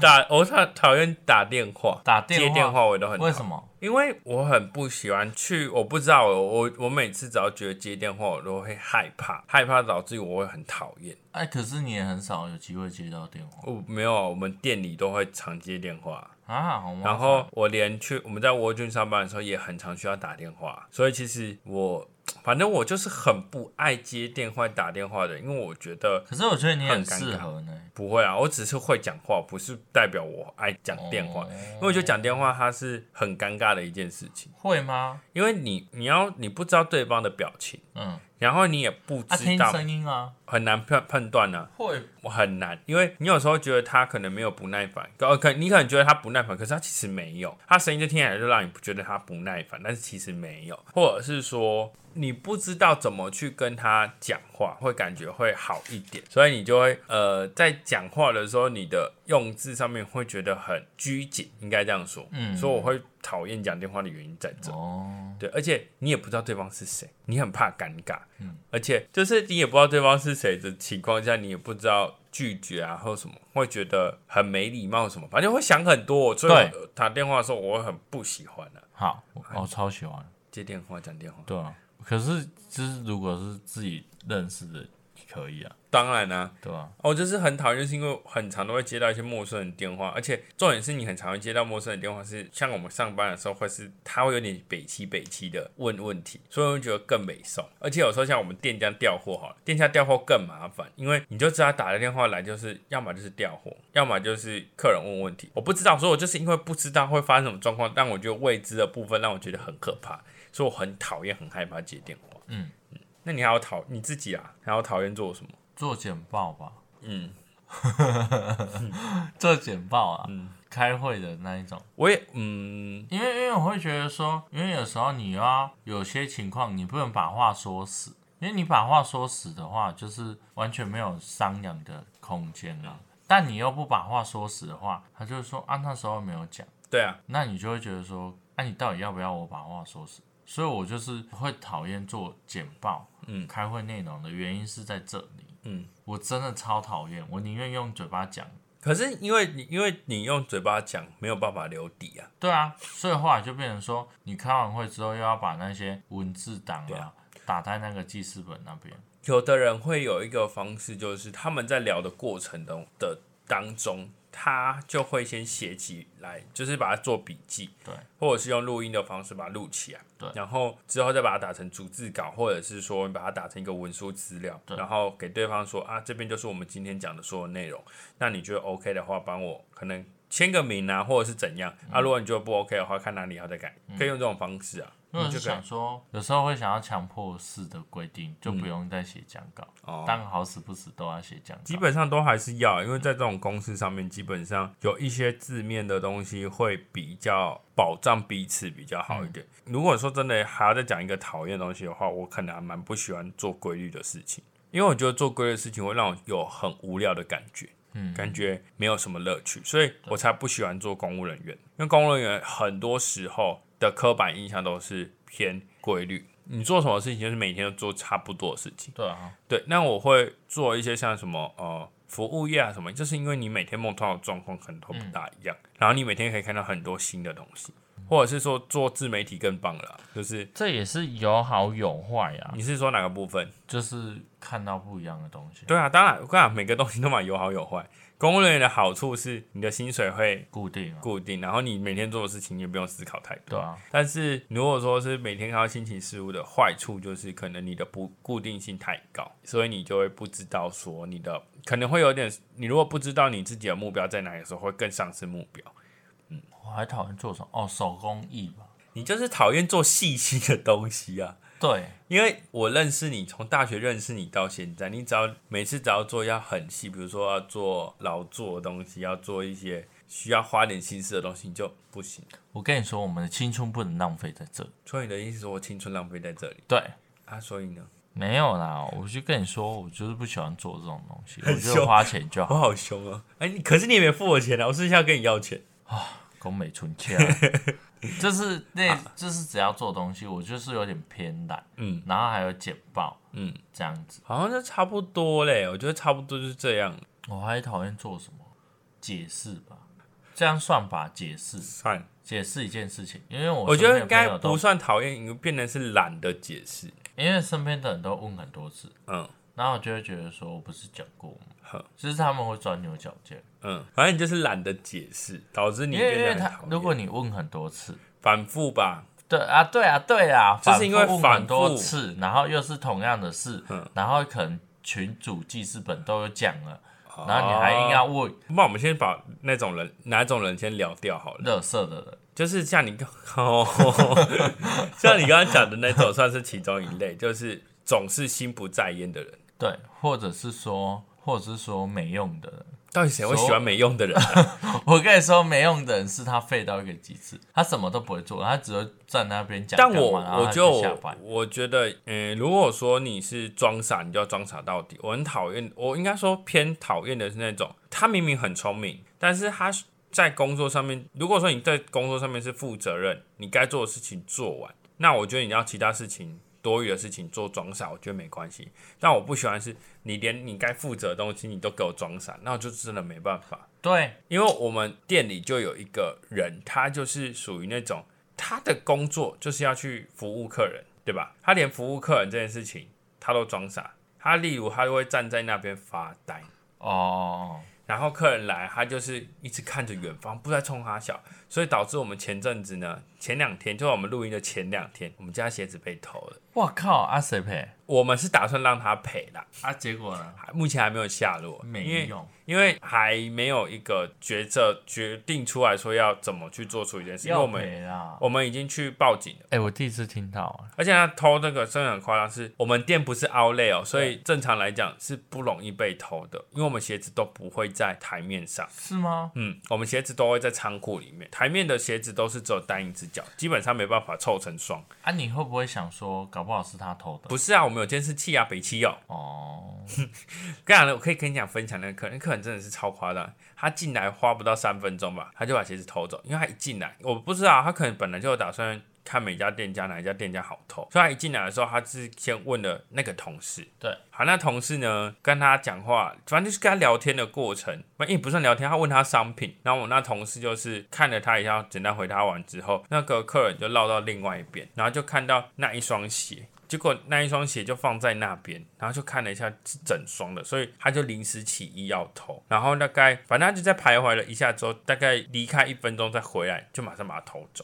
Speaker 2: 打，我讨讨厌打电话，
Speaker 1: 打电话
Speaker 2: 接电话我都很讨
Speaker 1: 为
Speaker 2: 厌
Speaker 1: 什么？
Speaker 2: 因为我很不喜欢去，我不知道，我我我每次只要觉得接电话，我都会害怕，害怕导致我会很讨厌。
Speaker 1: 哎，可是你也很少有机会接到电话
Speaker 2: 我哦没有，啊我们店里都会常接电话，
Speaker 1: 啊，好吗？
Speaker 2: 然后我连去我们在沃郡上班的时候也很常需要打电话，所以其实我反正我就是很不爱接电话打电话的，因为我觉得
Speaker 1: 可是我觉得你很
Speaker 2: 很尴尬
Speaker 1: 适合呢。
Speaker 2: 不会啊，我只是会讲话，不是代表我爱讲电
Speaker 1: 哦
Speaker 2: 话，因为我觉得讲电话它是很尴尬的一件事情，
Speaker 1: 会吗？
Speaker 2: 因为你你要你不知道对方的表情。
Speaker 1: 嗯，
Speaker 2: 然后你也不
Speaker 1: 啊，
Speaker 2: 知
Speaker 1: 听
Speaker 2: 道，
Speaker 1: 声音啊，
Speaker 2: 很难判判断啊呢、
Speaker 1: 会
Speaker 2: 我很难，因为你有时候觉得他可能没有不耐烦，可可你可能觉得他不耐烦，可是他其实没有，他声音就听起来就让你觉得他不耐烦，但是其实没有，或者是说你不知道怎么去跟他讲话，会感觉会好一点，所以你就会呃在讲话的时候，你的用字上面会觉得很拘谨，应该这样说，
Speaker 1: 嗯
Speaker 2: 所以我会讨厌讲电话的原因在这。
Speaker 1: 哦，
Speaker 2: 对，而且你也不知道对方是谁，你很怕尴尬，而且就是你也不知道对方是谁的情况下，你也不知道拒绝啊或什么，会觉得很没礼貌什么，反正会想很多。所以
Speaker 1: 对
Speaker 2: 我打电话的时候，我会很不喜欢啊，
Speaker 1: 好，我我超喜欢。
Speaker 2: 接电话讲电话。
Speaker 1: 对啊，可是就是如果是自己认识的，可以啊，
Speaker 2: 当然啦、
Speaker 1: 对吧、
Speaker 2: 我哦就是很讨厌，就是因为很常都会接到一些陌生人的电话，而且重点是你很常会接到陌生人的电话是，像我们上班的时候，会是他会有点北七北七的问问题，所以我就觉得更北送。而且有时候像我们店家调货好了，店家调货更麻烦，因为你就知道他打了电话来就是要么就是调货，要么就是客人问问题，我不知道，所以我就是因为不知道会发生什么状况，让我觉得未知的部分让我觉得很可怕，所以我很讨厌很害怕接电话。
Speaker 1: 嗯
Speaker 2: 嗯，那你还要讨你自己啊，还要讨厌做什么？
Speaker 1: 做简报吧，
Speaker 2: 嗯。
Speaker 1: 做简报啊，
Speaker 2: 嗯
Speaker 1: 开会的那一种。
Speaker 2: 我也嗯，
Speaker 1: 因为因为我会觉得说，因为有时候你要有些情况，你不能把话说死，因为你把话说死的话，就是完全没有商量的空间啊。但你又不把话说死的话，他就会说啊那时候没有讲，
Speaker 2: 对啊，
Speaker 1: 那你就会觉得说，那、你到底要不要我把话说死？所以我就是会讨厌做简报，
Speaker 2: 嗯
Speaker 1: 开会内容的原因是在这里，
Speaker 2: 嗯。
Speaker 1: 我真的超讨厌，我宁愿用嘴巴讲。
Speaker 2: 可是因为你因为你用嘴巴讲，没有办法留底啊。
Speaker 1: 对啊，所以后来就变成说，你开完会之后又要把那些文字档
Speaker 2: 对
Speaker 1: 啊打在那个记事本那边。
Speaker 2: 有的人会有一个方式，就是他们在聊的过程中的当中，他就会先写起来，就是把它做笔记，
Speaker 1: 对，
Speaker 2: 或者是用录音的方式把它录起来，
Speaker 1: 对
Speaker 2: 然后之后再把它打成逐字稿，或者是说你把它打成一个文书资料，
Speaker 1: 对
Speaker 2: 然后给对方说啊，这边就是我们今天讲的所有内容，那你觉得 OK 的话，帮我可能签个名啊，或者是怎样、啊，如果你觉得不 OK 的话，看哪里要再改，
Speaker 1: 嗯
Speaker 2: 可以用这种方式啊，
Speaker 1: 因为我
Speaker 2: 你就是可以
Speaker 1: 想说，有时候会想要强迫式的规定，就不用再写讲稿，
Speaker 2: 哦。
Speaker 1: 但好死不死都要写讲
Speaker 2: 基
Speaker 1: 稿。
Speaker 2: 本上都还是要，因为在这种公司上面，基本上有一些字面的东西会比较保障彼此比较好一点。如果说真的还要再讲一个讨厌的东西的话，我可能还蛮不喜欢做规律的事情，因为我觉得做规律的事情会让我有很无聊的感觉。
Speaker 1: 嗯
Speaker 2: 感觉没有什么乐趣，所以我才不喜欢做公务人员，因为公务人员很多时候的刻板印象都是偏规律，你做什么事情就是每天都做差不多的事情。
Speaker 1: 对啊，
Speaker 2: 对，那我会做一些像什么呃服务业啊什么，就是因为你每天梦到的状况可能都不大一样，然后你每天可以看到很多新的东西，或者是说做自媒体更棒了啊，就是
Speaker 1: 这也是有好有坏啊，
Speaker 2: 你是说哪个部分？
Speaker 1: 就是看到不一样的东西，
Speaker 2: 对啊，当然我跟你讲，每个东西都嘛有好有坏。公务人员的好处是你的薪水会
Speaker 1: 固定啊，
Speaker 2: 固定，然后你每天做的事情也不用思考太
Speaker 1: 对
Speaker 2: 多。
Speaker 1: 啊，
Speaker 2: 但是如果说是每天看到新奇事物的坏处，就是可能你的不固定性太高，所以你就会不知道说你的可能会有点，你如果不知道你自己的目标在哪里的时候，会更丧失目标。
Speaker 1: 我还讨厌做什么哦，手工艺吧，
Speaker 2: 你就是讨厌做细心的东西啊，
Speaker 1: 对，
Speaker 2: 因为我认识你，从大学认识你到现在，你只要每次只要做要很细，比如说要做劳作的东西，要做一些需要花点心思的东西，你就不行。
Speaker 1: 我跟你说，我们的青春不能浪费在这里，
Speaker 2: 所以你的意思是我青春浪费在这里
Speaker 1: 对。
Speaker 2: 啊？所以呢，
Speaker 1: 没有啦，我就跟你说，我就是不喜欢做这种东西，我
Speaker 2: 很
Speaker 1: 觉得
Speaker 2: 凶
Speaker 1: 花钱就
Speaker 2: 我
Speaker 1: 好，
Speaker 2: 好凶哦！哎、你可是你也没付我钱啊，我私下跟你要钱。
Speaker 1: 宫美纯切， 就是那，
Speaker 2: 啊
Speaker 1: 就是只要做东西，我就是有点偏懒，
Speaker 2: 嗯
Speaker 1: 然后还有简报
Speaker 2: 嗯，
Speaker 1: 这样子，
Speaker 2: 好像就差不多嘞，我觉得差不多就是这样。
Speaker 1: 我还讨厌做什么解释吧，这样算吧，解释
Speaker 2: 算，
Speaker 1: 解释一件事情，因为我
Speaker 2: 我觉得应
Speaker 1: 身边的
Speaker 2: 该
Speaker 1: 朋友
Speaker 2: 不算讨厌，你变成是懒得解释。
Speaker 1: 都，因为身边的人都问很多次，
Speaker 2: 嗯
Speaker 1: 然后我就会觉得说我不是讲过吗
Speaker 2: 好？
Speaker 1: 就是他们会钻牛角尖，
Speaker 2: 嗯，反正你就是懒得解释，导致你
Speaker 1: 因为因为
Speaker 2: 变得
Speaker 1: 他
Speaker 2: 很
Speaker 1: 如
Speaker 2: 讨
Speaker 1: 果
Speaker 2: 厌。
Speaker 1: 你问很多次，
Speaker 2: 反复吧，
Speaker 1: 对啊，对啊，对啊，
Speaker 2: 就是因为
Speaker 1: 反复问很多次，然后又是同样的事，
Speaker 2: 嗯
Speaker 1: 然后可能群主记事本都有讲了，
Speaker 2: 哦
Speaker 1: 然后你还硬要问
Speaker 2: 那我们先把那种人哪种人先聊掉好了，
Speaker 1: 乐色的人，
Speaker 2: 就是像你刚 哦，像你刚刚讲的那种算是其中一类，就是总是心不在焉的人。
Speaker 1: 对，或者是说，或者是说没用的人。
Speaker 2: 到底谁会喜欢没用的人啊、
Speaker 1: 我跟你说，没用的人是他废到一个极致，他什么都不会做，他只会站在那边讲。
Speaker 2: 但
Speaker 1: 讲
Speaker 2: 我
Speaker 1: 完然后
Speaker 2: 我
Speaker 1: 他
Speaker 2: 就
Speaker 1: 就下班。
Speaker 2: 我觉得，嗯，如果说你是装傻，你就要装傻到底。我很讨厌，我应该说偏讨厌的是那种，他明明很聪明，但是他在工作上面，如果说你在工作上面是负责任，你该做的事情做完，那我觉得你要其他事情多余的事情做装傻，我觉得没关系。但我不喜欢是你连你该负责的东西你都给我装傻，那我就真的没办法。
Speaker 1: 对，
Speaker 2: 因为我们店里就有一个人，他就是属于那种他的工作就是要去服务客人，对吧？他连服务客人这件事情他都装傻，他例如他就会站在那边发呆，
Speaker 1: 哦，
Speaker 2: 然后客人来，他就是一直看着远方，不知道在冲他笑，所以导致我们前阵子呢，前两天就是我们录音的前两天，我们家鞋子被偷了。
Speaker 1: 我靠，啊谁赔？
Speaker 2: 我们是打算让他赔啦，
Speaker 1: 啊结果呢？
Speaker 2: 还目前还没有下落，因
Speaker 1: 没
Speaker 2: 为
Speaker 1: 用，
Speaker 2: 因为还没有一个抉择决定出来说要怎么去做出一件事，因为我
Speaker 1: 要
Speaker 2: 们
Speaker 1: 赔啦。
Speaker 2: 我们已经去报警了，
Speaker 1: 哎、我第一次听到、啊，
Speaker 2: 而且他偷那个真的很夸张，是我们店不是 Outlet 哦，所以正常来讲是不容易被偷的，因为我们鞋子都不会在台面上。
Speaker 1: 是吗？
Speaker 2: 嗯，我们鞋子都会在仓库里面，台面的鞋子都是只有单一只脚，基本上没办法凑成双。
Speaker 1: 啊，你会不会想说，搞不好是他偷的？
Speaker 2: 不是啊，我们有监视器啊，北七哦。
Speaker 1: 哦，
Speaker 2: 跟你讲，我可以跟你讲分享那个客人，那客人真的是超夸张。他进来花不到三分钟吧，他就把鞋子偷走，因为他一进来，我不知道他可能本来就有打算看每家店家哪一家店家好偷，所以他一进来的时候，他是先问了那个同事，
Speaker 1: 对，
Speaker 2: 好，那同事呢跟他讲话，反正就是跟他聊天的过程，不也不算聊天，他问他商品，然后我那同事就是看了他一下，简单回答完之后，那个客人就绕到另外一边，然后就看到那一双鞋。结果那一双鞋就放在那边，然后就看了一下是整双的，所以他就临时起意要偷，然后大概反正他就在徘徊了一下之后，大概离开一分钟再回来，就马上把它偷走。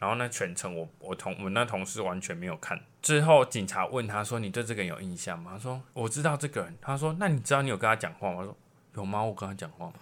Speaker 2: 然后那全程我我同我那同事完全没有看。之后警察问他说：“你对这个人有印象吗？”他说：“我知道这个人。”他说：“那你知道你有跟他讲话吗？”他说：“有吗？我跟他讲话吗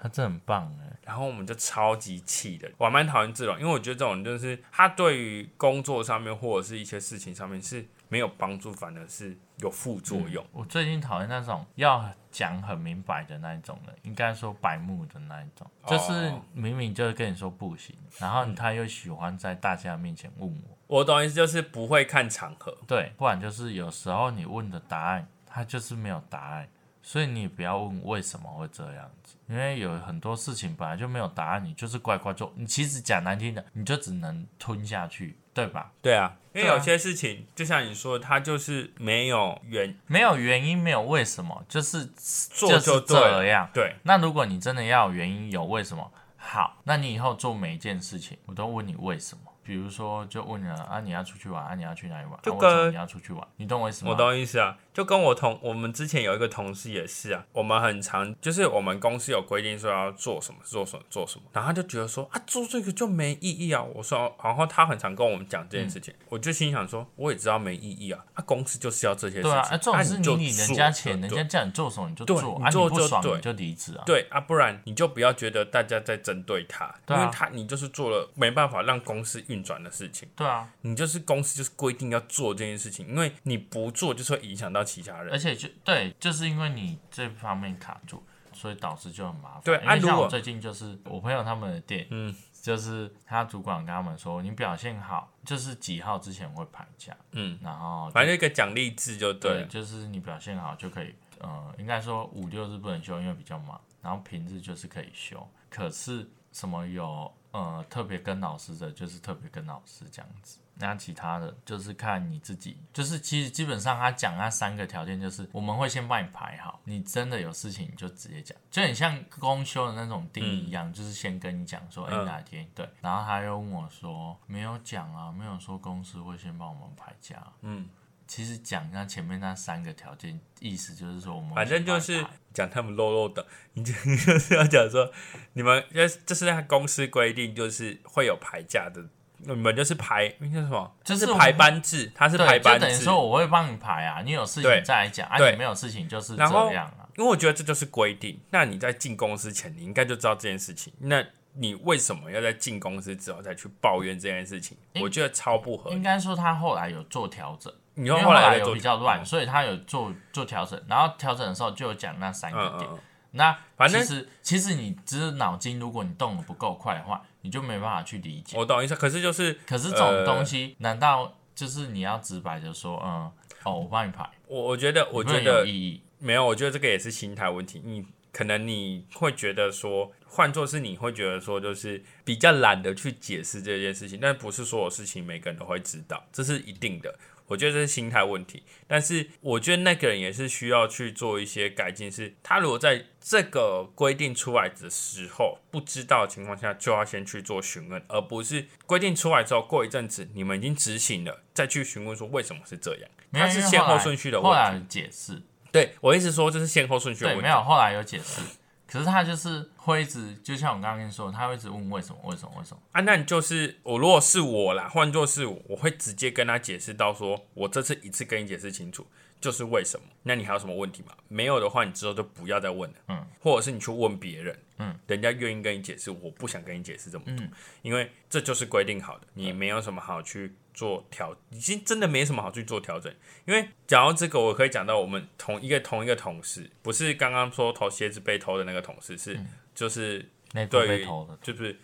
Speaker 1: 他真的很棒哎、？”
Speaker 2: 然后我们就超级气的，我还蛮讨厌这种，因为我觉得这种人就是他对于工作上面或者是一些事情上面是没有帮助，反而是有副作用。
Speaker 1: 我最近讨厌那种要讲很明白的那一种人，应该说白目的那一种，就是
Speaker 2: 哦嗯
Speaker 1: 明明就是跟你说不行，然后他又喜欢在大家面前问我，
Speaker 2: 我懂意思就是不会看场合，
Speaker 1: 对，不然就是有时候你问的答案，他就是没有答案，所以你也不要问为什么会这样子，因为有很多事情本来就没有答案，你就是乖乖做，你其实讲难听的，你就只能吞下去，对吧？
Speaker 2: 对啊，因为
Speaker 1: 对啊
Speaker 2: 有些事情、就像你说的，他就是没有原
Speaker 1: 没有原因，没有为什么，就是
Speaker 2: 做
Speaker 1: 就是
Speaker 2: 对了
Speaker 1: 这样。
Speaker 2: 对，
Speaker 1: 那如果你真的要有原因，有为什么，好，那你以后做每一件事情，我都问你为什么。比如说，就问了啊，你要出去玩啊，你要去哪里玩？
Speaker 2: 就
Speaker 1: 啊、为什么
Speaker 2: 跟
Speaker 1: 你要出去玩？你懂我意思吗？
Speaker 2: 我。懂意思啊，就跟我同我们之前有一个同事也是啊，我们很常就是我们公司有规定说要做什么做什么做什么，然后他就觉得说啊做这个就没意义啊，我说然后他很常跟我们讲这件事情，
Speaker 1: 嗯
Speaker 2: 我就心想说我也知道没意义啊，啊公司就是要这些事情，
Speaker 1: 对啊，啊这种
Speaker 2: 啊
Speaker 1: 事
Speaker 2: 你就
Speaker 1: 你领人
Speaker 2: 做
Speaker 1: 家钱，人
Speaker 2: 对
Speaker 1: 家叫你做什么你就
Speaker 2: 对
Speaker 1: 做，
Speaker 2: 你
Speaker 1: 啊，
Speaker 2: 做
Speaker 1: 你不
Speaker 2: 就
Speaker 1: 爽
Speaker 2: 对
Speaker 1: 你就离职啊。
Speaker 2: 对啊，不然你就不要觉得大家在针对他，
Speaker 1: 对啊
Speaker 2: 因为他你就是做了没办法让公司运转的事情，
Speaker 1: 对啊，
Speaker 2: 你就是公司就是规定要做这件事情，因为你不做就是会影响到其他人
Speaker 1: 而。且就对，就是因为你这方面卡住，所以导致就很麻烦。
Speaker 2: 对
Speaker 1: 因
Speaker 2: 啊
Speaker 1: 为
Speaker 2: 如
Speaker 1: 像我
Speaker 2: 果
Speaker 1: 最近就是我朋友他们的店，
Speaker 2: 嗯，
Speaker 1: 就是他主管跟他们说，你表现好，就是几号之前会排假，
Speaker 2: 嗯，
Speaker 1: 然后就
Speaker 2: 反正一个奖励制就对了
Speaker 1: 对，。就是你表现好就可以，呃，应该说五六日不能休，因为比较忙，然后平日就是可以休。可是什么有呃特别跟老师的，就是特别跟老师这样子。那其他的就是看你自己，就是其实基本上他讲那三个条件，就是我们会先帮你排好，你真的有事情你就直接讲，就很像公休的那种定义一样，就是先跟你讲说，哎、
Speaker 2: 嗯
Speaker 1: 哪天对，然后他又问我说没有讲啊，没有说公司会先帮我们排假啊，
Speaker 2: 嗯，
Speaker 1: 其实讲那前面那三个条件，意思就是说我们
Speaker 2: 反正就是
Speaker 1: 先安排
Speaker 2: 讲他们肉肉的，你就就是要讲说，你们这这是他公司规定，就是会有排假的，你们就是排那叫什么？
Speaker 1: 就是我们
Speaker 2: 排班制，他是
Speaker 1: 对，
Speaker 2: 排班
Speaker 1: 就等于
Speaker 2: 制。
Speaker 1: 说我会帮你排啊，你有事情
Speaker 2: 对
Speaker 1: 再来讲啊，
Speaker 2: 对
Speaker 1: 你没有事情就是
Speaker 2: 然后
Speaker 1: 这样啊。
Speaker 2: 因为我觉得这就是规定。那你在进公司前，你应该就知道这件事情。那你为什么要在进公司之后再去抱怨这件事情？我觉得超不合
Speaker 1: 应
Speaker 2: 理。
Speaker 1: 该说他后来有做调整，
Speaker 2: 你
Speaker 1: 因
Speaker 2: 说
Speaker 1: 为
Speaker 2: 后来
Speaker 1: 来
Speaker 2: 在
Speaker 1: 有
Speaker 2: 做
Speaker 1: 比较乱，，所以他有做做调整，然后调整的时候就有讲那三
Speaker 2: 嗯
Speaker 1: 个
Speaker 2: 嗯
Speaker 1: 点。
Speaker 2: 嗯，
Speaker 1: 那
Speaker 2: 反正
Speaker 1: 其实其实你只是脑筋，如果你动得不够快的话，你就没办法去理解。
Speaker 2: 我懂意思。可是就是
Speaker 1: 可是这种东西，
Speaker 2: 呃
Speaker 1: 难道就是你要直白的说，嗯，哦，我帮你排，
Speaker 2: 我我觉得，我
Speaker 1: 不
Speaker 2: 觉
Speaker 1: 能有
Speaker 2: 得
Speaker 1: 意义。
Speaker 2: 没有，我觉得这个也是心态问题。你可能你会觉得说，换作是你会觉得说，就是比较懒得去解释这件事情，但不是所有事情每个人都会知道，这是一定的。我觉得这是心态问题，但是我觉得那个人也是需要去做一些改进，是他如果在这个规定出来的时候不知道的情况下，就要先去做询问，而不是规定出来之后过一阵子你们已经执行了，再去询问说为什么是这样。
Speaker 1: 没有
Speaker 2: 它是
Speaker 1: 因为
Speaker 2: 先
Speaker 1: 后来
Speaker 2: 后顺序的
Speaker 1: 后
Speaker 2: 问
Speaker 1: 来
Speaker 2: 题。
Speaker 1: 有解释，
Speaker 2: 对我一直说这是先后顺序的
Speaker 1: 对，
Speaker 2: 问
Speaker 1: 没
Speaker 2: 题。
Speaker 1: 有后来有解释。可是他就是会一直，就像我刚刚跟你说的，他会一直问为什么，为什么，为什么？
Speaker 2: 啊，那你就是我，如果是我啦，换作是我，我会直接跟他解释到说，我这次一次跟你解释清楚，就是为什么。那你还有什么问题吗？没有的话，你之后就不要再问了。
Speaker 1: 嗯，
Speaker 2: 或者是你去问别人，
Speaker 1: 嗯，
Speaker 2: 人家愿意跟你解释，我不想跟你解释这么多，
Speaker 1: 嗯
Speaker 2: 因为这就是规定好的，你没有什么好去做调，已经真的没什么好去做调整。因为讲到这个，我可以讲到我们同一个同一个同事，不是刚刚说偷鞋子被偷的那个同事，
Speaker 1: 嗯
Speaker 2: 是、就是
Speaker 1: 内裤
Speaker 2: 对
Speaker 1: 被
Speaker 2: 于
Speaker 1: 偷了，
Speaker 2: 就是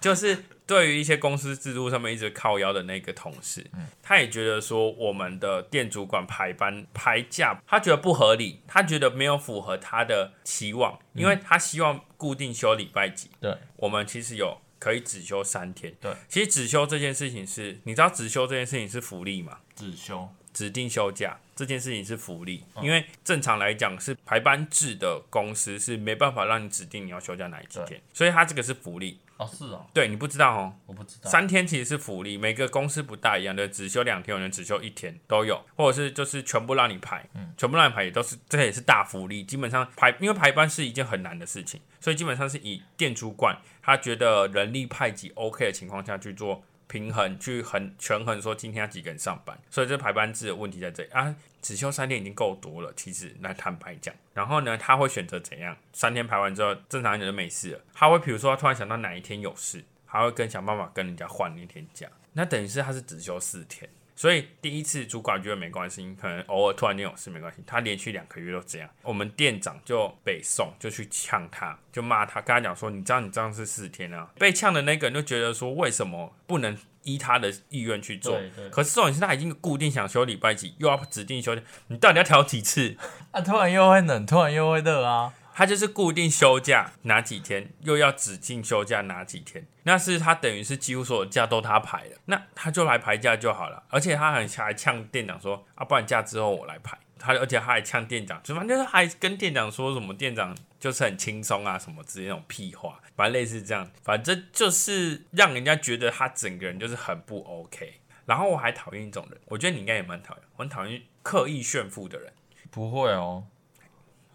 Speaker 2: 就是对于一些公司制度上面一直靠腰的那个同事，他也觉得说我们的店主管排班排假，他觉得不合理，他觉得没有符合他的期望，因为他希望固定休礼拜几，
Speaker 1: 对，
Speaker 2: 我们其实有可以只休三天。
Speaker 1: 对，
Speaker 2: 其实只休这件事情是，你知道只休这件事情是福利吗？
Speaker 1: 自修，
Speaker 2: 指定休假这件事情是福利，因为正常来讲是排班制的公司是没办法让你指定你要休假哪几天，所以它这个是福利。
Speaker 1: 哦，是哦，
Speaker 2: 对你不知道哦，
Speaker 1: 我不知道。
Speaker 2: 三天其实是福利，每个公司不大一样的，只休两天，有人只休一天都有，或者是就是全部让你排，全部让你排也都是这也是大福利。基本上排，因为排班是一件很难的事情，所以基本上是以店主管他觉得人力派几 OK 的情况下去做。平衡去衡权衡说今天要几个人上班，所以这排班制的问题在这里啊。只休三天已经够多了，其实那坦白讲，然后呢，他会选择怎样？三天排完之后，正常人就没事了。他会比如说他突然想到哪一天有事，他会跟想办法跟人家换一天假。那等于是他是只休四天，所以第一次主管觉得没关系，可能偶尔突然间有事没关系。他连续两个月都这样，我们店长就被送，就去呛他，就骂他，跟他讲说：“你知道你这样是四天啊。”被呛的那个人就觉得说：“为什么不能依他的意愿去做？”
Speaker 1: 对对
Speaker 2: 可是重点是他已经固定想休礼拜几，又要指定休假，你到底要调几次？
Speaker 1: 啊，突然又会冷，突然又会热啊。
Speaker 2: 他就是固定休假哪几天，又要指定休假哪几天，那是他等于是几乎所有假都他排的，那他就来排假就好了。而且他很还呛店长说，啊，不然假之后我来排。他而且他还呛店长，就反正就是还跟店长说什么店长就是很轻松啊什么之类那种屁话，反正类似这样，反正就是让人家觉得他整个人就是很不 OK。然后我还讨厌一种人，我觉得你应该也蛮讨厌，我很讨厌刻意炫富的人。
Speaker 1: 不会哦。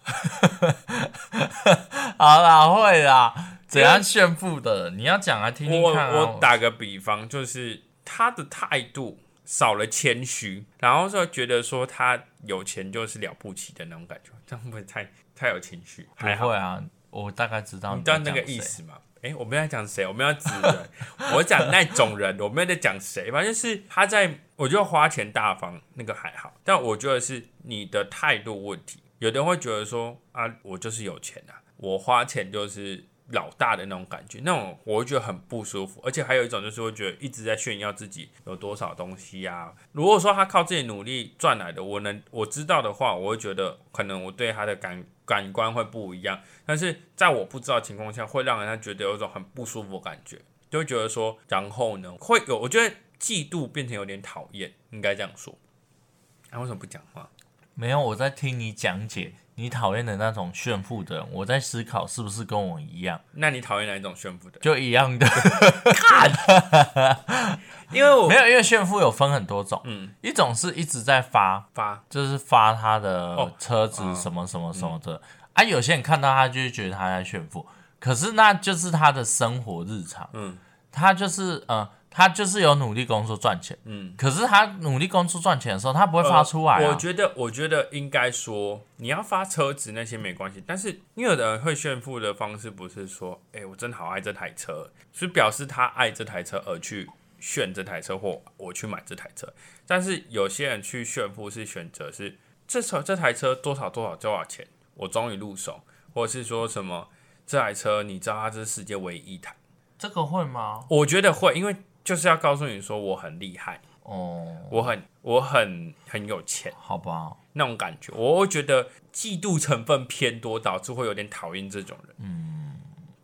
Speaker 1: 好啦，会啦。怎样炫富的？你要讲来听听
Speaker 2: 我
Speaker 1: 看啊。
Speaker 2: 我打个比方，就是他的态度少了谦虚，然后就觉得说他有钱就是了不起的那种感觉，这样会不会太太有情绪？
Speaker 1: 不
Speaker 2: 还好，
Speaker 1: 会啊，我大概知道
Speaker 2: 你
Speaker 1: 你
Speaker 2: 知道
Speaker 1: 在
Speaker 2: 那
Speaker 1: 讲
Speaker 2: 个
Speaker 1: 谁
Speaker 2: 意。思吗？哎、我们要讲谁？我们要指人，我讲那种人，我没有在讲谁，反正就是他在，我觉得花钱大方那个还好，但我觉得是你的态度问题。有的人会觉得说啊，我就是有钱啊，我花钱就是老大的那种感觉，那种我会觉得很不舒服。而且还有一种就是会觉得一直在炫耀自己有多少东西啊。如果说他靠自己努力赚来的，我能我知道的话，我会觉得可能我对他的感感官会不一样。但是在我不知道的情况下，会让人家觉得有一种很不舒服的感觉，就会觉得说，然后呢，会有我觉得嫉妒变成有点讨厌，应该这样说。他、为什么不讲话？
Speaker 1: 没有，我在听你讲解你讨厌的那种炫富的人，我在思考是不是跟我一样，
Speaker 2: 那你讨厌哪一种炫富的？
Speaker 1: 就一 样的。
Speaker 2: 因为我
Speaker 1: 没有，因为炫富有分很多种，
Speaker 2: 嗯
Speaker 1: 一种是一直在发，
Speaker 2: 发
Speaker 1: 就是发他的
Speaker 2: 哦
Speaker 1: 车子什么什么什么的、啊，有些人看到他就会觉得他在炫富，可是那就是他的生活日常，
Speaker 2: 嗯
Speaker 1: 他就是呃，他就是有努力工作赚钱，
Speaker 2: 嗯，
Speaker 1: 可是他努力工作赚钱的时候，他不会发出来、啊
Speaker 2: 呃我觉得，我觉得应该说，你要发车子那些没关系，但是因为有的人会炫富的方式不是说，哎、我真的好爱这台车，是表示他爱这台车而呃去炫这台车，或我去买这台车。但是有些人去炫富是选择是这车这台车多少多少多少钱，我终于入手，或者是说什么这台车你知道它这是世界唯一一台，
Speaker 1: 这个会吗？
Speaker 2: 我觉得会，因为就是要告诉你说我很厉害，
Speaker 1: 哦，
Speaker 2: 我很我很很有钱。
Speaker 1: 好吧，
Speaker 2: 那种感觉，我会觉得嫉妒成分偏多，导致会有点讨厌这种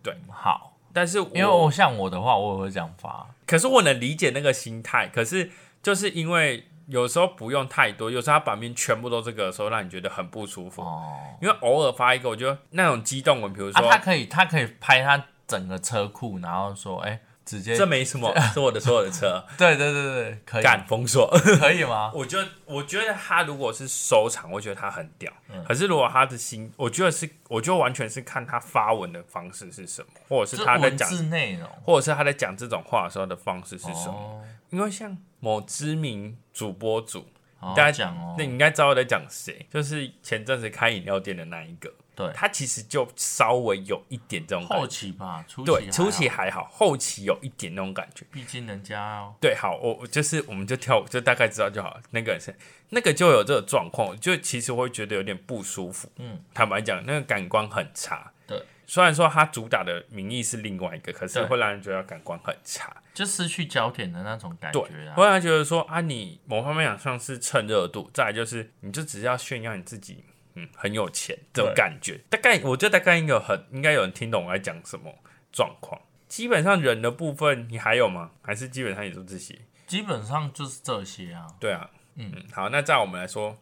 Speaker 2: 人。
Speaker 1: 好，
Speaker 2: 但是
Speaker 1: 因为我像我的话，我也会这样发，
Speaker 2: 可是我能理解那个心态，可是就是因为有时候不用太多，有时候它版面全部都这个的时候，让你觉得很不舒服。
Speaker 1: 哦，
Speaker 2: 因为偶尔发一个，我觉得那种激动文，比如
Speaker 1: 啊，
Speaker 2: 说、
Speaker 1: 他可以，他可以拍他整个车库，然后说，哎、直接
Speaker 2: 这没什 么，是我的所有的车，
Speaker 1: 对对对对，可以
Speaker 2: 敢封锁。
Speaker 1: 可以吗？
Speaker 2: 我觉得，我觉得他如果是收藏，我觉得他很屌。
Speaker 1: 嗯
Speaker 2: 可是如果他的心，我觉得是，我觉得完全是看他发文的方式是什么，或者是他在
Speaker 1: 文
Speaker 2: 讲，
Speaker 1: 字内容
Speaker 2: 或者是他在讲这种话的时候的方式是什么。
Speaker 1: 哦，
Speaker 2: 因为像某知名主播组，
Speaker 1: 好
Speaker 2: 大家
Speaker 1: 好讲哦
Speaker 2: 那，你应该知道我在讲谁，就是前阵子开饮料店的那一个，
Speaker 1: 对，
Speaker 2: 他其实就稍微有一点这种感
Speaker 1: 后
Speaker 2: 觉，
Speaker 1: 期吧，初期
Speaker 2: 对，
Speaker 1: 还
Speaker 2: 初
Speaker 1: 好
Speaker 2: 期，还好，后期有一点那种感觉。
Speaker 1: 毕竟人家哦
Speaker 2: 对，好，我我就是我们就跳，就大概知道就好。那个人是那个就有这个状况，就其实我会觉得有点不舒服。
Speaker 1: 嗯，
Speaker 2: 坦白讲，那个感官很差。
Speaker 1: 对，
Speaker 2: 虽然说他主打的名义是另外一个，可是
Speaker 1: 对
Speaker 2: 会让人觉得感官很差。
Speaker 1: 就失去焦点的那种感
Speaker 2: 对
Speaker 1: 觉，
Speaker 2: 会
Speaker 1: 啊，
Speaker 2: 让人觉得说啊，你某方面讲像是趁热度，再来就是你就只是要炫耀你自己，嗯，很有钱这种
Speaker 1: 对
Speaker 2: 感觉。大概我觉得大概应该有很应该有人听懂我在讲什么状况。基本上人的部分你还有吗？还是基本上也就这些？
Speaker 1: 基本上就是这些啊，
Speaker 2: 对啊，嗯，好，那在我们来说，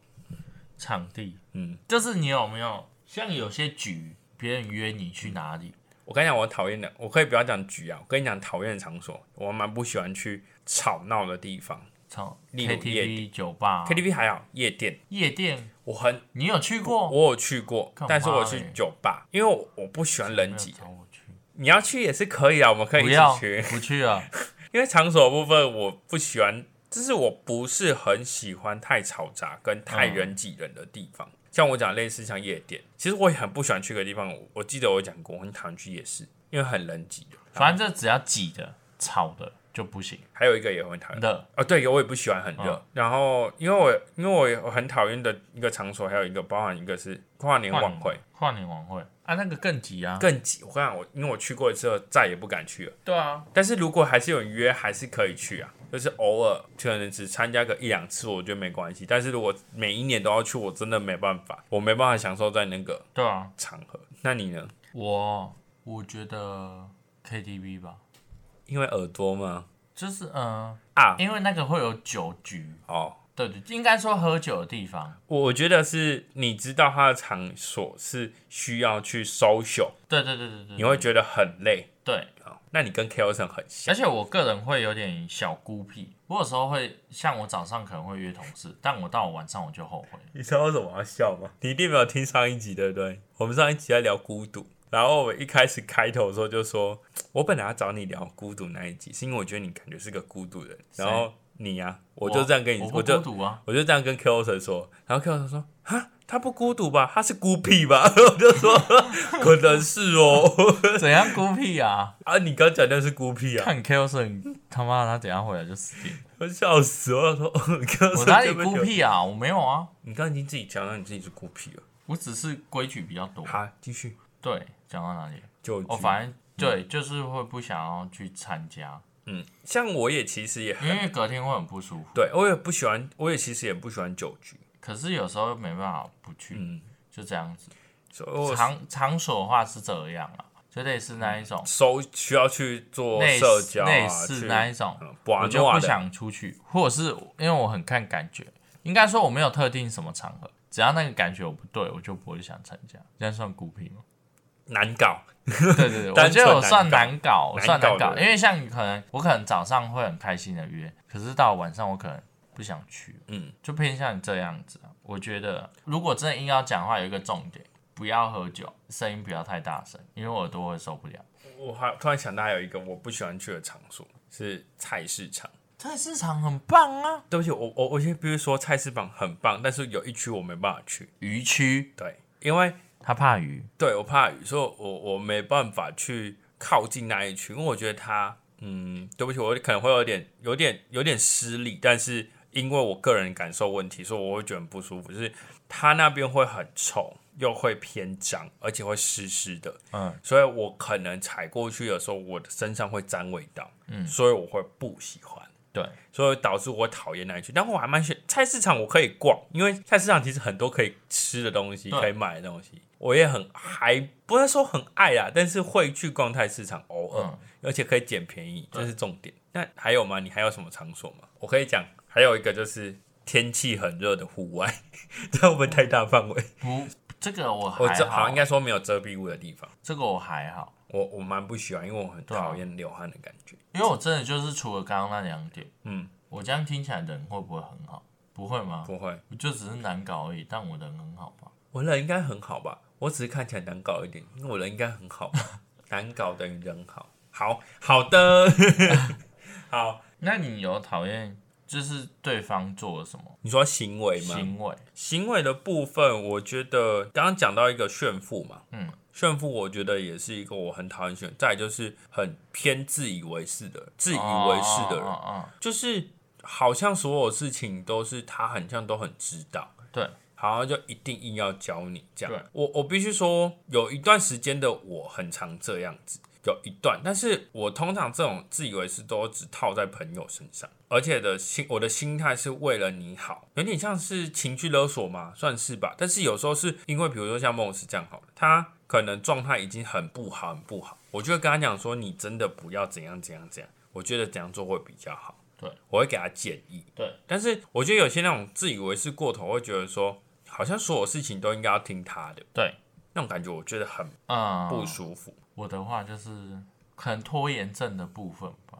Speaker 1: 场地，
Speaker 2: 嗯，
Speaker 1: 就是你有没有像有些局，别人约你去哪里，
Speaker 2: 我跟你讲，我讨厌的，我可以不要讲局啊，我跟你讲讨厌的场所，我蛮不喜欢去吵闹的地方
Speaker 1: 操
Speaker 2: 例如夜
Speaker 1: KTV 酒吧、
Speaker 2: ，KTV 还好，夜店
Speaker 1: 夜店，
Speaker 2: 我很
Speaker 1: 你有去过？
Speaker 2: 我有去过
Speaker 1: 干，嘛
Speaker 2: 但是我
Speaker 1: 嘞
Speaker 2: 去酒吧，因为我我不喜欢人
Speaker 1: 没
Speaker 2: 挤
Speaker 1: 有，找我去，
Speaker 2: 你要去也是可以啊，我们可以
Speaker 1: 不
Speaker 2: 一
Speaker 1: 要
Speaker 2: 起去，
Speaker 1: 不去啊了，
Speaker 2: 因为场所的部分我不喜欢，就是我不是很喜欢太嘈杂跟太
Speaker 1: 嗯
Speaker 2: 人挤人的地方。像我讲类似像夜店，其实我也很不喜欢去个地方。我我记得我有讲过，我很讨厌去夜市，因为很人挤人。
Speaker 1: 反正只要挤的、吵的就不行，
Speaker 2: 还有一个也很讨厌
Speaker 1: 热
Speaker 2: 哦，对，我也不喜欢很热。
Speaker 1: 嗯
Speaker 2: 然后因为我因为我也很讨厌的一个场所，还有一个包含一个是跨年晚会，
Speaker 1: 跨年晚会啊，那个更挤啊，
Speaker 2: 更挤。我跟你讲，我因为我去过一次后，再也不敢去了。
Speaker 1: 对啊，
Speaker 2: 但是如果还是有人约，还是可以去啊，就是偶尔可能只参加个一两次，我觉得没关系。但是如果每一年都要去，我真的没办法，我没办法享受在那个
Speaker 1: 对啊，
Speaker 2: 场合。那你呢？
Speaker 1: 我我觉得 KTV 吧，
Speaker 2: 因为耳朵吗？
Speaker 1: 就是嗯、
Speaker 2: 啊
Speaker 1: 呃，，因为那个会有酒局，
Speaker 2: 哦，
Speaker 1: 对对，应该说喝酒的地方，
Speaker 2: 我我觉得是你知道他的场所是需要去 social，
Speaker 1: 对对对对对，
Speaker 2: 你会觉得很累。
Speaker 1: 对，
Speaker 2: 哦，那你跟 Kelson 很像，
Speaker 1: 而且我个人会有点小孤僻，我有时候会像我早上可能会约同事，但我到晚上我就后悔，
Speaker 2: 你知道为什么我要笑吗？你一定没有听上一集，对不对？我们上一集在聊孤独，然后我们一开始开头的时候就说，我本来要找你聊孤独那一集，是因为我觉得你感觉是个孤独人。
Speaker 1: 谁
Speaker 2: 然后你呀、我就这样跟你，
Speaker 1: 我
Speaker 2: 我
Speaker 1: 不孤
Speaker 2: 就
Speaker 1: 独啊，
Speaker 2: 我就这样跟 Kelson 说，然后 Kelson 说，哈，他不孤独吧？他是孤僻吧？ 我就说，可能是哦。
Speaker 1: 怎样孤僻啊？
Speaker 2: 啊，你刚讲的是孤僻啊，
Speaker 1: 看 Kelson 他妈的他等一下回来就死定了，
Speaker 2: 我笑死我！我说 ，Kelson
Speaker 1: 我哪里
Speaker 2: 这边
Speaker 1: 孤
Speaker 2: 有？
Speaker 1: 僻啊？我没有啊，
Speaker 2: 你刚刚已经自己讲到你自己是孤僻了。
Speaker 1: 我只是规矩比较多。
Speaker 2: 好，嗯继续。
Speaker 1: 对，讲到哪里？
Speaker 2: 就
Speaker 1: 我、哦反正对，就是会不想要去参加，
Speaker 2: 嗯，像我也其实也
Speaker 1: 因为隔天会很不舒服。
Speaker 2: 对我也不喜欢，我也其实也不喜欢酒局，
Speaker 1: 可是有时候没办法不去，
Speaker 2: 嗯
Speaker 1: 就这样子。
Speaker 2: 所以我
Speaker 1: 场场所的话是这样啊，就类似那一种
Speaker 2: 收需要去做
Speaker 1: 类
Speaker 2: 社
Speaker 1: 似
Speaker 2: 交
Speaker 1: 类
Speaker 2: 啊，
Speaker 1: 似
Speaker 2: 去
Speaker 1: 那一种，
Speaker 2: 嗯
Speaker 1: 我
Speaker 2: 玩
Speaker 1: 就不
Speaker 2: 玩的，
Speaker 1: 想出去，或者是因为我很看感觉，应该说我没有特定什么场合，只要那个感觉我不对，我就不会想参加。这样算孤僻吗？
Speaker 2: 难搞。
Speaker 1: 对对对，我
Speaker 2: 单
Speaker 1: 觉
Speaker 2: 纯
Speaker 1: 得我算难
Speaker 2: 难
Speaker 1: 搞，我算难
Speaker 2: 难
Speaker 1: 搞
Speaker 2: 搞，的
Speaker 1: 因为像可能我可能早上会很开心的约，可是到晚上我可能不想去，
Speaker 2: 嗯，
Speaker 1: 就偏向这样子啊。我觉得如果真的硬要讲的话，有一个重点，不要喝酒，声音不要太大声，因为我耳朵会受不了。
Speaker 2: 我还突然想到还有一个我不喜欢去的场所是菜市场。
Speaker 1: 菜市场很棒啊，
Speaker 2: 对不起，我我我先必须说菜市场很棒，但是有一区我没办法去，
Speaker 1: 鱼区
Speaker 2: 对，因为
Speaker 1: 他怕鱼，
Speaker 2: 对我怕雨，所以我我没办法去靠近那一区，因为我觉得它，嗯，对不起，我可能会有点有点有点失礼，但是因为我个人感受问题，所以我会觉得很不舒服，就是它那边会很臭，又会偏脏，而且会湿湿的，
Speaker 1: 嗯，
Speaker 2: 所以我可能踩过去的时候，我的身上会沾味道，嗯，所以我会不喜欢。
Speaker 1: 对，
Speaker 2: 所以导致我讨厌那一区。但我还蛮喜欢菜市场，我可以逛，因为菜市场其实很多可以吃的东西，
Speaker 1: 对
Speaker 2: 可以买的东西。我也很还不是说很爱啦，但是会去逛菜市场，偶尔，
Speaker 1: 嗯
Speaker 2: 而且可以捡便宜，这是重点。那还有吗？你还有什么场所吗？我可以讲， 还有一个就是天气很热的户外，这会不会太大范围？
Speaker 1: 不这个我
Speaker 2: 我
Speaker 1: 还
Speaker 2: 遮
Speaker 1: 好，
Speaker 2: 好应该说没有遮蔽物的地方，
Speaker 1: 这个我还好，
Speaker 2: 我我蛮不喜欢，因为我很
Speaker 1: 对啊
Speaker 2: 讨厌流汗的感觉。
Speaker 1: 因为我真的就是除了刚刚那两点，
Speaker 2: 嗯，
Speaker 1: 我这样听起来人会不会很好？不会吗？
Speaker 2: 不会，
Speaker 1: 我就只是难搞而已，但我人很好吧？
Speaker 2: 我人应该很好吧？我只是看起来难搞一点，因为我人应该很好 吧，难搞等于人好。好好的，好，
Speaker 1: 那你有讨厌就是对方做了什么
Speaker 2: 你说行为吗？
Speaker 1: 行为？
Speaker 2: 行为的部分，我觉得刚刚讲到一个炫富嘛，
Speaker 1: 嗯，
Speaker 2: 炫富我觉得也是一个我很讨厌炫，再来就是很偏自以为是的人，自
Speaker 1: 自
Speaker 2: 以为是的人，
Speaker 1: 嗯嗯，
Speaker 2: 就是好像所有事情都是他很像都很知道，
Speaker 1: 对，
Speaker 2: 好像就一定硬要教你这
Speaker 1: 对
Speaker 2: 样。我我必须说，有一段时间的我很常这样子，有一段，但是我通常这种自以为是都只套在朋友身上，而且的心我的心态是为了你好，有点像是情绪勒索嘛，算是吧。但是有时候是因为，比如说像梦是这样好了，他可能状态已经很不好，很不好，我就会跟他讲说，你真的不要怎样怎样怎样，我觉得怎样做会比较好。
Speaker 1: 对，
Speaker 2: 我会给他建议。
Speaker 1: 对，
Speaker 2: 但是我觉得有些那种自以为是过头，会觉得说好像所有事情都应该要听他的，
Speaker 1: 对，
Speaker 2: 那种感觉我觉得很
Speaker 1: 嗯，
Speaker 2: 不舒服。
Speaker 1: 我的话就是可能拖延症的部分吧，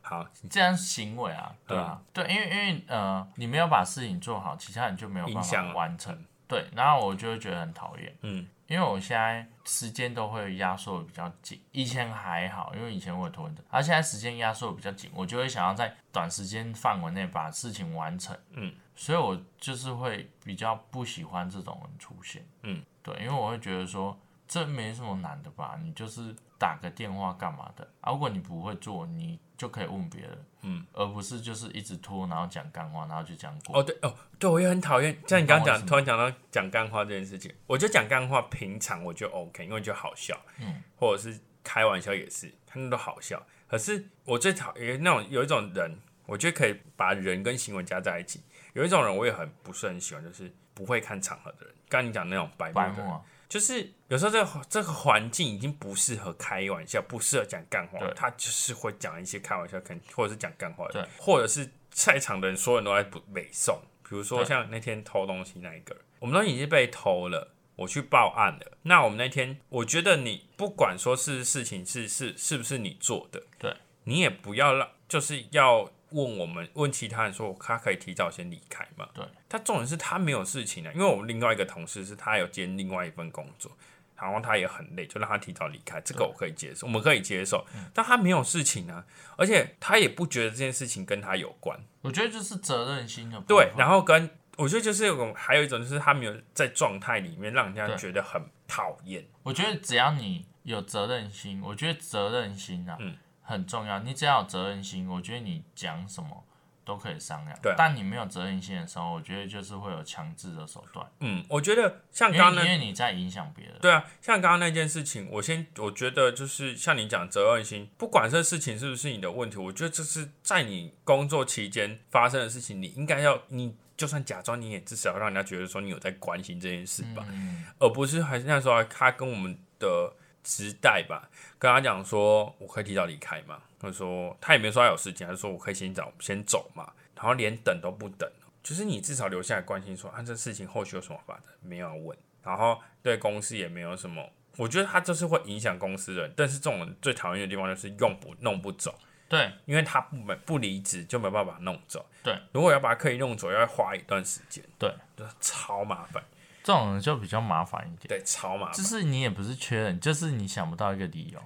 Speaker 2: 好，
Speaker 1: 这样行为啊，对啊，对，因为因为呃，你没有把事情做好，其他人就没有办
Speaker 2: 影响
Speaker 1: 法
Speaker 2: 啊
Speaker 1: 完成，对，然后我就会觉得很讨厌，
Speaker 2: 嗯，
Speaker 1: 因为我现在时间都会压缩的比较紧，以前还好，因为以前我有拖延症，啊而、现在时间压缩的比较紧，我就会想要在短时间范围内把事情完成，
Speaker 2: 嗯，
Speaker 1: 所以我就是会比较不喜欢这种人出现，
Speaker 2: 嗯，
Speaker 1: 对，因为我会觉得说这没什么难的吧，你就是打个电话干嘛的啊？如果你不会做，你就可以问别人，
Speaker 2: 嗯，
Speaker 1: 而不是就是一直拖，然后讲干话，然后就这样过，
Speaker 2: 哦对哦对，我也很讨厌，像你刚刚
Speaker 1: 你
Speaker 2: 讲，
Speaker 1: 懂
Speaker 2: 突然讲到讲干话这件事情，我觉得讲干话平常我就 OK，因为就好笑，
Speaker 1: 嗯，
Speaker 2: 或者是开玩笑也是，他们都好笑。可是我最讨厌那种有一种人，我觉得可以把人跟行为加在一起。有一种人我也很不是很喜欢，就是不会看场合的人。刚刚你讲那种白目
Speaker 1: 白
Speaker 2: 的人
Speaker 1: 目啊，
Speaker 2: 就是有时候这个这个环境已经不适合开玩笑，不适合讲干话
Speaker 1: 对，
Speaker 2: 他就是会讲一些开玩笑，可能或者是讲干话的
Speaker 1: 对，
Speaker 2: 或者是在场的人所有人都在不北送，比如说
Speaker 1: 对
Speaker 2: 像那天偷东西那一个人，我们东西已经被偷了。我去报案了。那我们那天，我觉得你不管说是事情是是是不是你做的，
Speaker 1: 对
Speaker 2: 你也不要让，就是要问我们问其他人说，他可以提早先离开嘛？
Speaker 1: 对。
Speaker 2: 他重点是他没有事情啊，因为我们另外一个同事是他有兼另外一份工作，然后他也很累，就让他提早离开，这个我可以接受，我们可以接受。
Speaker 1: 嗯
Speaker 2: 但他没有事情啊，而且他也不觉得这件事情跟他有关。
Speaker 1: 我觉得就是责任心的部分
Speaker 2: 对，然后跟我觉得就是有种还有一种就是他没有在状态里面，让人家
Speaker 1: 对
Speaker 2: 觉得很讨厌。
Speaker 1: 我觉得只要你有责任心，我觉得责任心啊，
Speaker 2: 嗯
Speaker 1: 很重要。你只要有责任心，我觉得你讲什么都可以商量。
Speaker 2: 对啊
Speaker 1: 但你没有责任心的时候，我觉得就是会有强制的手段，
Speaker 2: 嗯，我觉得像
Speaker 1: 因
Speaker 2: 刚刚
Speaker 1: 为
Speaker 2: 那
Speaker 1: 因为你在影响别人。
Speaker 2: 对啊，像刚刚那件事情，我先我觉得就是像你讲责任心，不管这事情是不是你的问题，我觉得这是在你工作期间发生的事情，你应该要你就算假装你也至少要让人家觉得说你有在关心这件事吧，
Speaker 1: 嗯，
Speaker 2: 而不是还是那时候他跟我们的直代吧，跟他讲说我可以提早离开嘛，他说他也没说他有事情，他就说我可以先走先走嘛，然后连等都不等，就是你至少留下来关心说啊这事情后续有什么发展，没有问，然后对公司也没有什么。我觉得他就是会影响公司的人，但是这种人最讨厌的地方就是用不弄不走，
Speaker 1: 对
Speaker 2: 因为他不没不离职就没办法弄走。
Speaker 1: 对，
Speaker 2: 如果要把他刻意弄走，要花一段时间，
Speaker 1: 对，
Speaker 2: 就是超麻烦，
Speaker 1: 这种人就比较麻烦一点。
Speaker 2: 对，哦超麻烦。
Speaker 1: 就是你也不是缺人，就是你想不到一个理由。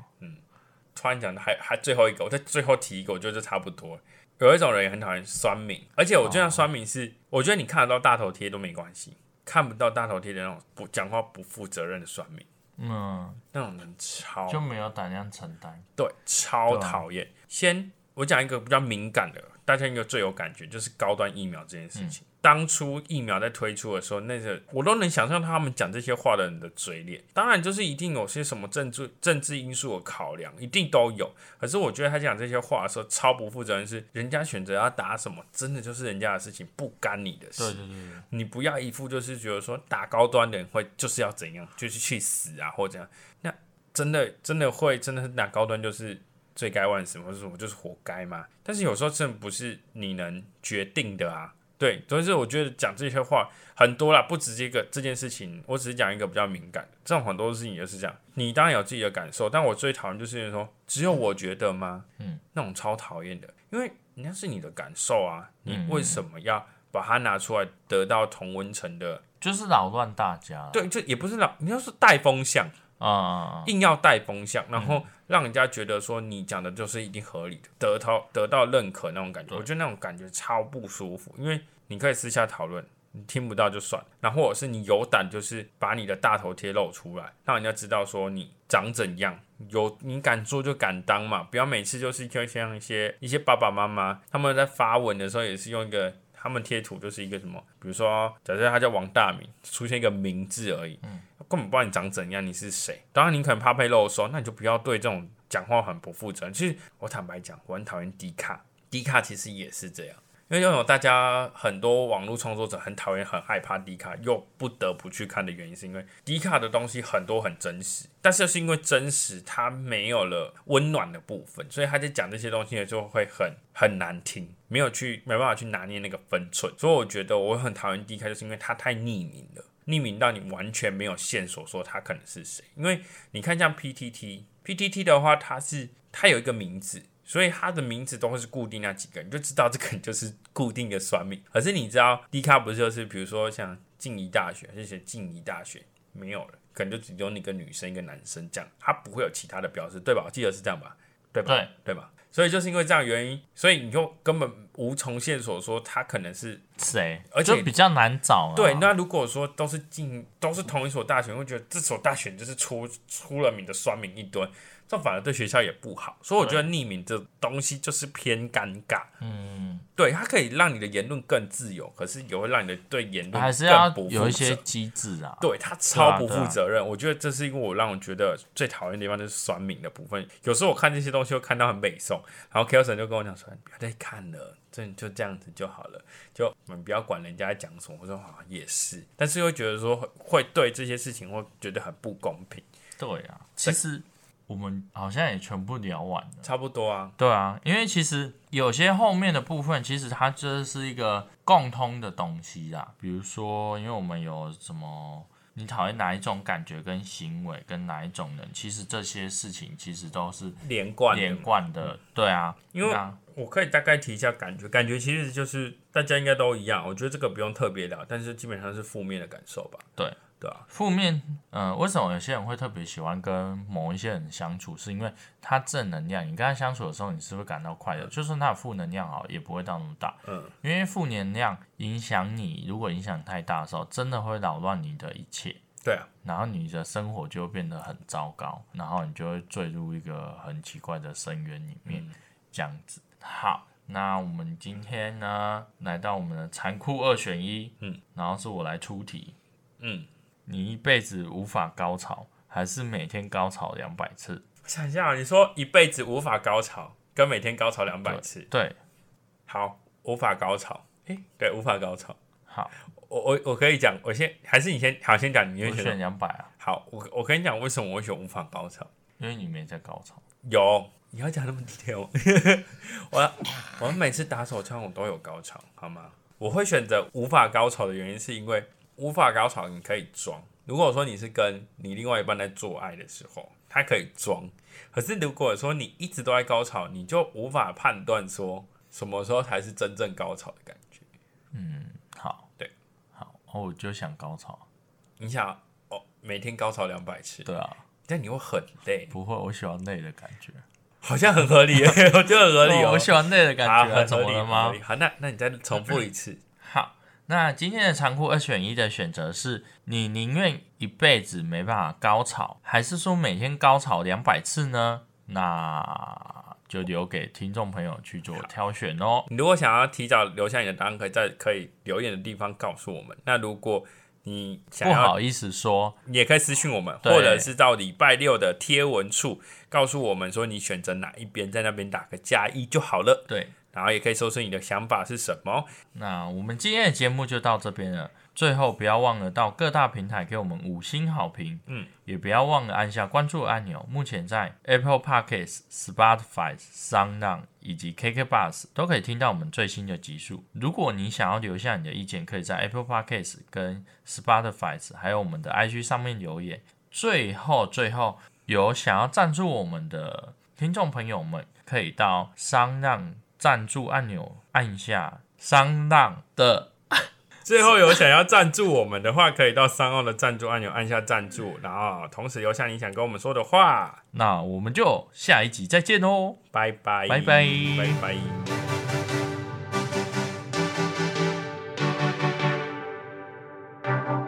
Speaker 2: 突然讲的还还最后一个，我再最后提一个，我觉得就差不多了。有一种人也很讨厌酸民，而且我
Speaker 1: 哦
Speaker 2: 觉得酸民是，我觉得你看得到大头贴都没关系，看不到大头贴的那种不讲话不负责任的酸民，
Speaker 1: 嗯，
Speaker 2: 那种人超
Speaker 1: 就没有胆量承担。
Speaker 2: 对超
Speaker 1: 对啊
Speaker 2: 讨厌。先我讲一个比较敏感的，大家应该最有感觉就是高端疫苗这件事
Speaker 1: 嗯
Speaker 2: 情。当初疫苗在推出的时候，那个我都能想象他们讲这些话的人的嘴脸。当然，就是一定有些什么政治政治因素的考量，一定都有。可是我觉得他讲这些话的时候超不负责任，是人家选择要打什么，真的就是人家的事情，不干你的事。
Speaker 1: 对对对对，
Speaker 2: 你不要一副就是觉得说打高端的人会就是要怎样，就是去死啊或者怎样。那真的真的会真的是打高端就是罪该万死，或者什么就是活该吗？但是有时候真的不是你能决定的啊。对，但是我觉得讲这些话很多啦，不止这个这件事情，我只是讲一个比较敏感的。这种很多事情也是这样，你当然有自己的感受，但我最讨厌就是说只有我觉得吗？
Speaker 1: 嗯，
Speaker 2: 那种超讨厌的，因为人家是你的感受啊，你
Speaker 1: 嗯
Speaker 2: 为什么要把它拿出来得到同温层的？
Speaker 1: 就是扰乱大家。
Speaker 2: 对，就也不是老，你要是带风向，
Speaker 1: 啊、
Speaker 2: 硬要带风向，然后让人家觉得说你讲的就是一定合理的，得到得到认可那种感觉，
Speaker 1: 对
Speaker 2: 我觉得那种感觉超不舒服，因为你可以私下讨论。你听不到就算了，然后或者是你有胆，就是把你的大头贴露出来，让人家知道说你长怎样，有你敢做就敢当嘛，不要每次就是就像一些一些爸爸妈妈他们在发文的时候也是用一个他们贴图就是一个什么，比如说假设他叫王大明，出现一个明字而已，根本不知道你长怎样，你是谁。当然，你可能怕被露收，那你就不要对这种讲话很不负责任。其实我坦白讲，我很讨厌低卡，低卡其实也是这样，因为拥有大家很多网络创作者很讨厌、很害怕低卡，又不得不去看的原因，是因为低卡的东西很多很真实，但是是因为真实，它没有了温暖的部分，所以他在讲这些东西的时候会很很难听，没有去没办法去拿捏那个分寸。所以我觉得我很讨厌低卡，就是因为它太匿名了。匿名到你完全没有线索说他可能是谁。因为你看像 PTT，PTT 的话，它是它有一个名字，所以它的名字都会是固定那几个，你就知道这个人就是固定的酸民。可是你知道 D 卡不是就是比如说像静宜大学，就写静宜大学没有了，可能就只有你一个女生一个男生这样，它不会有其他的标识，对吧？我记得是这样吧？对吧？
Speaker 1: 对
Speaker 2: 对吧？所以就是因为这样的原因，所以你就根本无从线索说他可能是
Speaker 1: 谁？
Speaker 2: 而且
Speaker 1: 就比较难找、啊。
Speaker 2: 对，那如果说都是进都是同一所大学，会觉得这所大学就是出出了名的酸民一堆，这反而对学校也不好。所以我觉得匿名这东西就是偏尴尬，
Speaker 1: 嗯，
Speaker 2: 对，它可以让你的言论更自由，可是也会让你的对言论
Speaker 1: 还是要
Speaker 2: 更不负
Speaker 1: 有一些
Speaker 2: 责
Speaker 1: 机制啊。
Speaker 2: 对他超不
Speaker 1: 对啊
Speaker 2: 负责任，我觉得这是一个我让我觉得最讨厌的地方，就是酸民的部分。有时候我看这些东西，会看到很美颂，然后 Kelson 就跟我讲说：“你不要再看了，这就这样子就好了，就我们不要管人家在讲什么。”我说：“好、也是。”但是又觉得说会对这些事情会觉得很不公平，
Speaker 1: 对啊，其实我们好像也全部聊完了。
Speaker 2: 差不多啊，
Speaker 1: 对啊，因为其实有些后面的部分，其实它这是一个共通的东西啦。比如说，因为我们有什么你讨厌哪一种感觉跟行为，跟哪一种人，其实这些事情其实都是
Speaker 2: 连贯的
Speaker 1: 连贯的。对啊，
Speaker 2: 因为
Speaker 1: 对啊
Speaker 2: 我可以大概提一下感觉，感觉其实就是大家应该都一样，我觉得这个不用特别聊，但是基本上是负面的感受吧。
Speaker 1: 对
Speaker 2: 对啊，
Speaker 1: 负面，呃，为什么有些人会特别喜欢跟某一些人相处？是因为他正能量，你跟他相处的时候，你是会感到快乐。就算他有负能量好，也不会到那么大。
Speaker 2: 嗯，
Speaker 1: 因为负能量影响你，如果影响太大的时候，真的会扰乱你的一切，
Speaker 2: 对啊，
Speaker 1: 然后你的生活就会变得很糟糕，然后你就会坠入一个很奇怪的深渊里面，
Speaker 2: 嗯
Speaker 1: 这样子。好，那我们今天呢，来到我们的残酷二选一，
Speaker 2: 嗯，
Speaker 1: 然后是我来出题，
Speaker 2: 嗯。
Speaker 1: 你一辈子无法高潮，还是每天高潮两百次？
Speaker 2: 我想一下啊，你说一辈子无法高潮，跟每天高潮两百
Speaker 1: 对
Speaker 2: 次，
Speaker 1: 对，
Speaker 2: 好，无法高潮，诶、对，无法高潮。
Speaker 1: 好，
Speaker 2: 我我我可以讲，我先还是你先，好，先讲，你
Speaker 1: 我
Speaker 2: 会选
Speaker 1: 选
Speaker 2: 择
Speaker 1: 两百啊，
Speaker 2: 好，我我跟你讲为什么我会选无法高潮。
Speaker 1: 因为你没在高潮。
Speaker 2: 有，你要讲那么 detail 吗我我每次打手枪我都有高潮，好吗？我会选择无法高潮的原因是因为无法高潮你可以装。如果说你是跟你另外一半在做爱的时候，他可以装。可是如果说你一直都在高潮，你就无法判断说什么时候才是真正高潮的感觉。
Speaker 1: 好，
Speaker 2: 对，
Speaker 1: 好，哦，我就想高潮。
Speaker 2: 你想哦，每天高潮两百次，
Speaker 1: 对啊，
Speaker 2: 但你会很累，
Speaker 1: 不会，我喜欢累的感觉。
Speaker 2: 好像很合理 耶，我觉得很合理哦。
Speaker 1: 我喜欢累的感
Speaker 2: 啊，
Speaker 1: 觉、
Speaker 2: 很
Speaker 1: 怎
Speaker 2: 合
Speaker 1: 么
Speaker 2: 理
Speaker 1: 了
Speaker 2: 很
Speaker 1: 吗
Speaker 2: 合理？好，那那你再重复一次。
Speaker 1: 好，那今天的残酷二选一的选择是你宁愿一辈子没办法高潮，还是说每天高潮两百次呢？那就留给听众朋友去做挑选哦。
Speaker 2: 你如果想要提早留下你的答案，可以在可以留言的地方告诉我们。那如果你想
Speaker 1: 不
Speaker 2: 要，
Speaker 1: 好意思说，
Speaker 2: 你也可以私信我们，
Speaker 1: 对
Speaker 2: 或者是到礼拜六的贴文处告诉我们说你选择哪一边，在那边打个加一就好了。
Speaker 1: 对，
Speaker 2: 然后也可以说出你的想法是什么。
Speaker 1: 那我们今天的节目就到这边了。最后，不要忘了到各大平台给我们五星好评，
Speaker 2: 嗯，
Speaker 1: 也不要忘了按下关注按钮。目前在 Apple Podcasts、Spotify、SoundOn 以及 KKBox 都可以听到我们最新的集数。如果你想要留下你的意见，可以在 Apple Podcasts、跟 Spotify 还有我们的 IG 上面留言。最后，最后有想要赞助我们的听众朋友们，可以到商浪赞助按钮按一下商浪的
Speaker 2: 最后有想要赞助我们的话，可以到三奥的赞助按钮按下赞助，然后同时留下你想跟我们说的话。
Speaker 1: 那我们就下一集再见哦，
Speaker 2: 拜拜，
Speaker 1: 拜拜
Speaker 2: 拜拜。
Speaker 3: Thank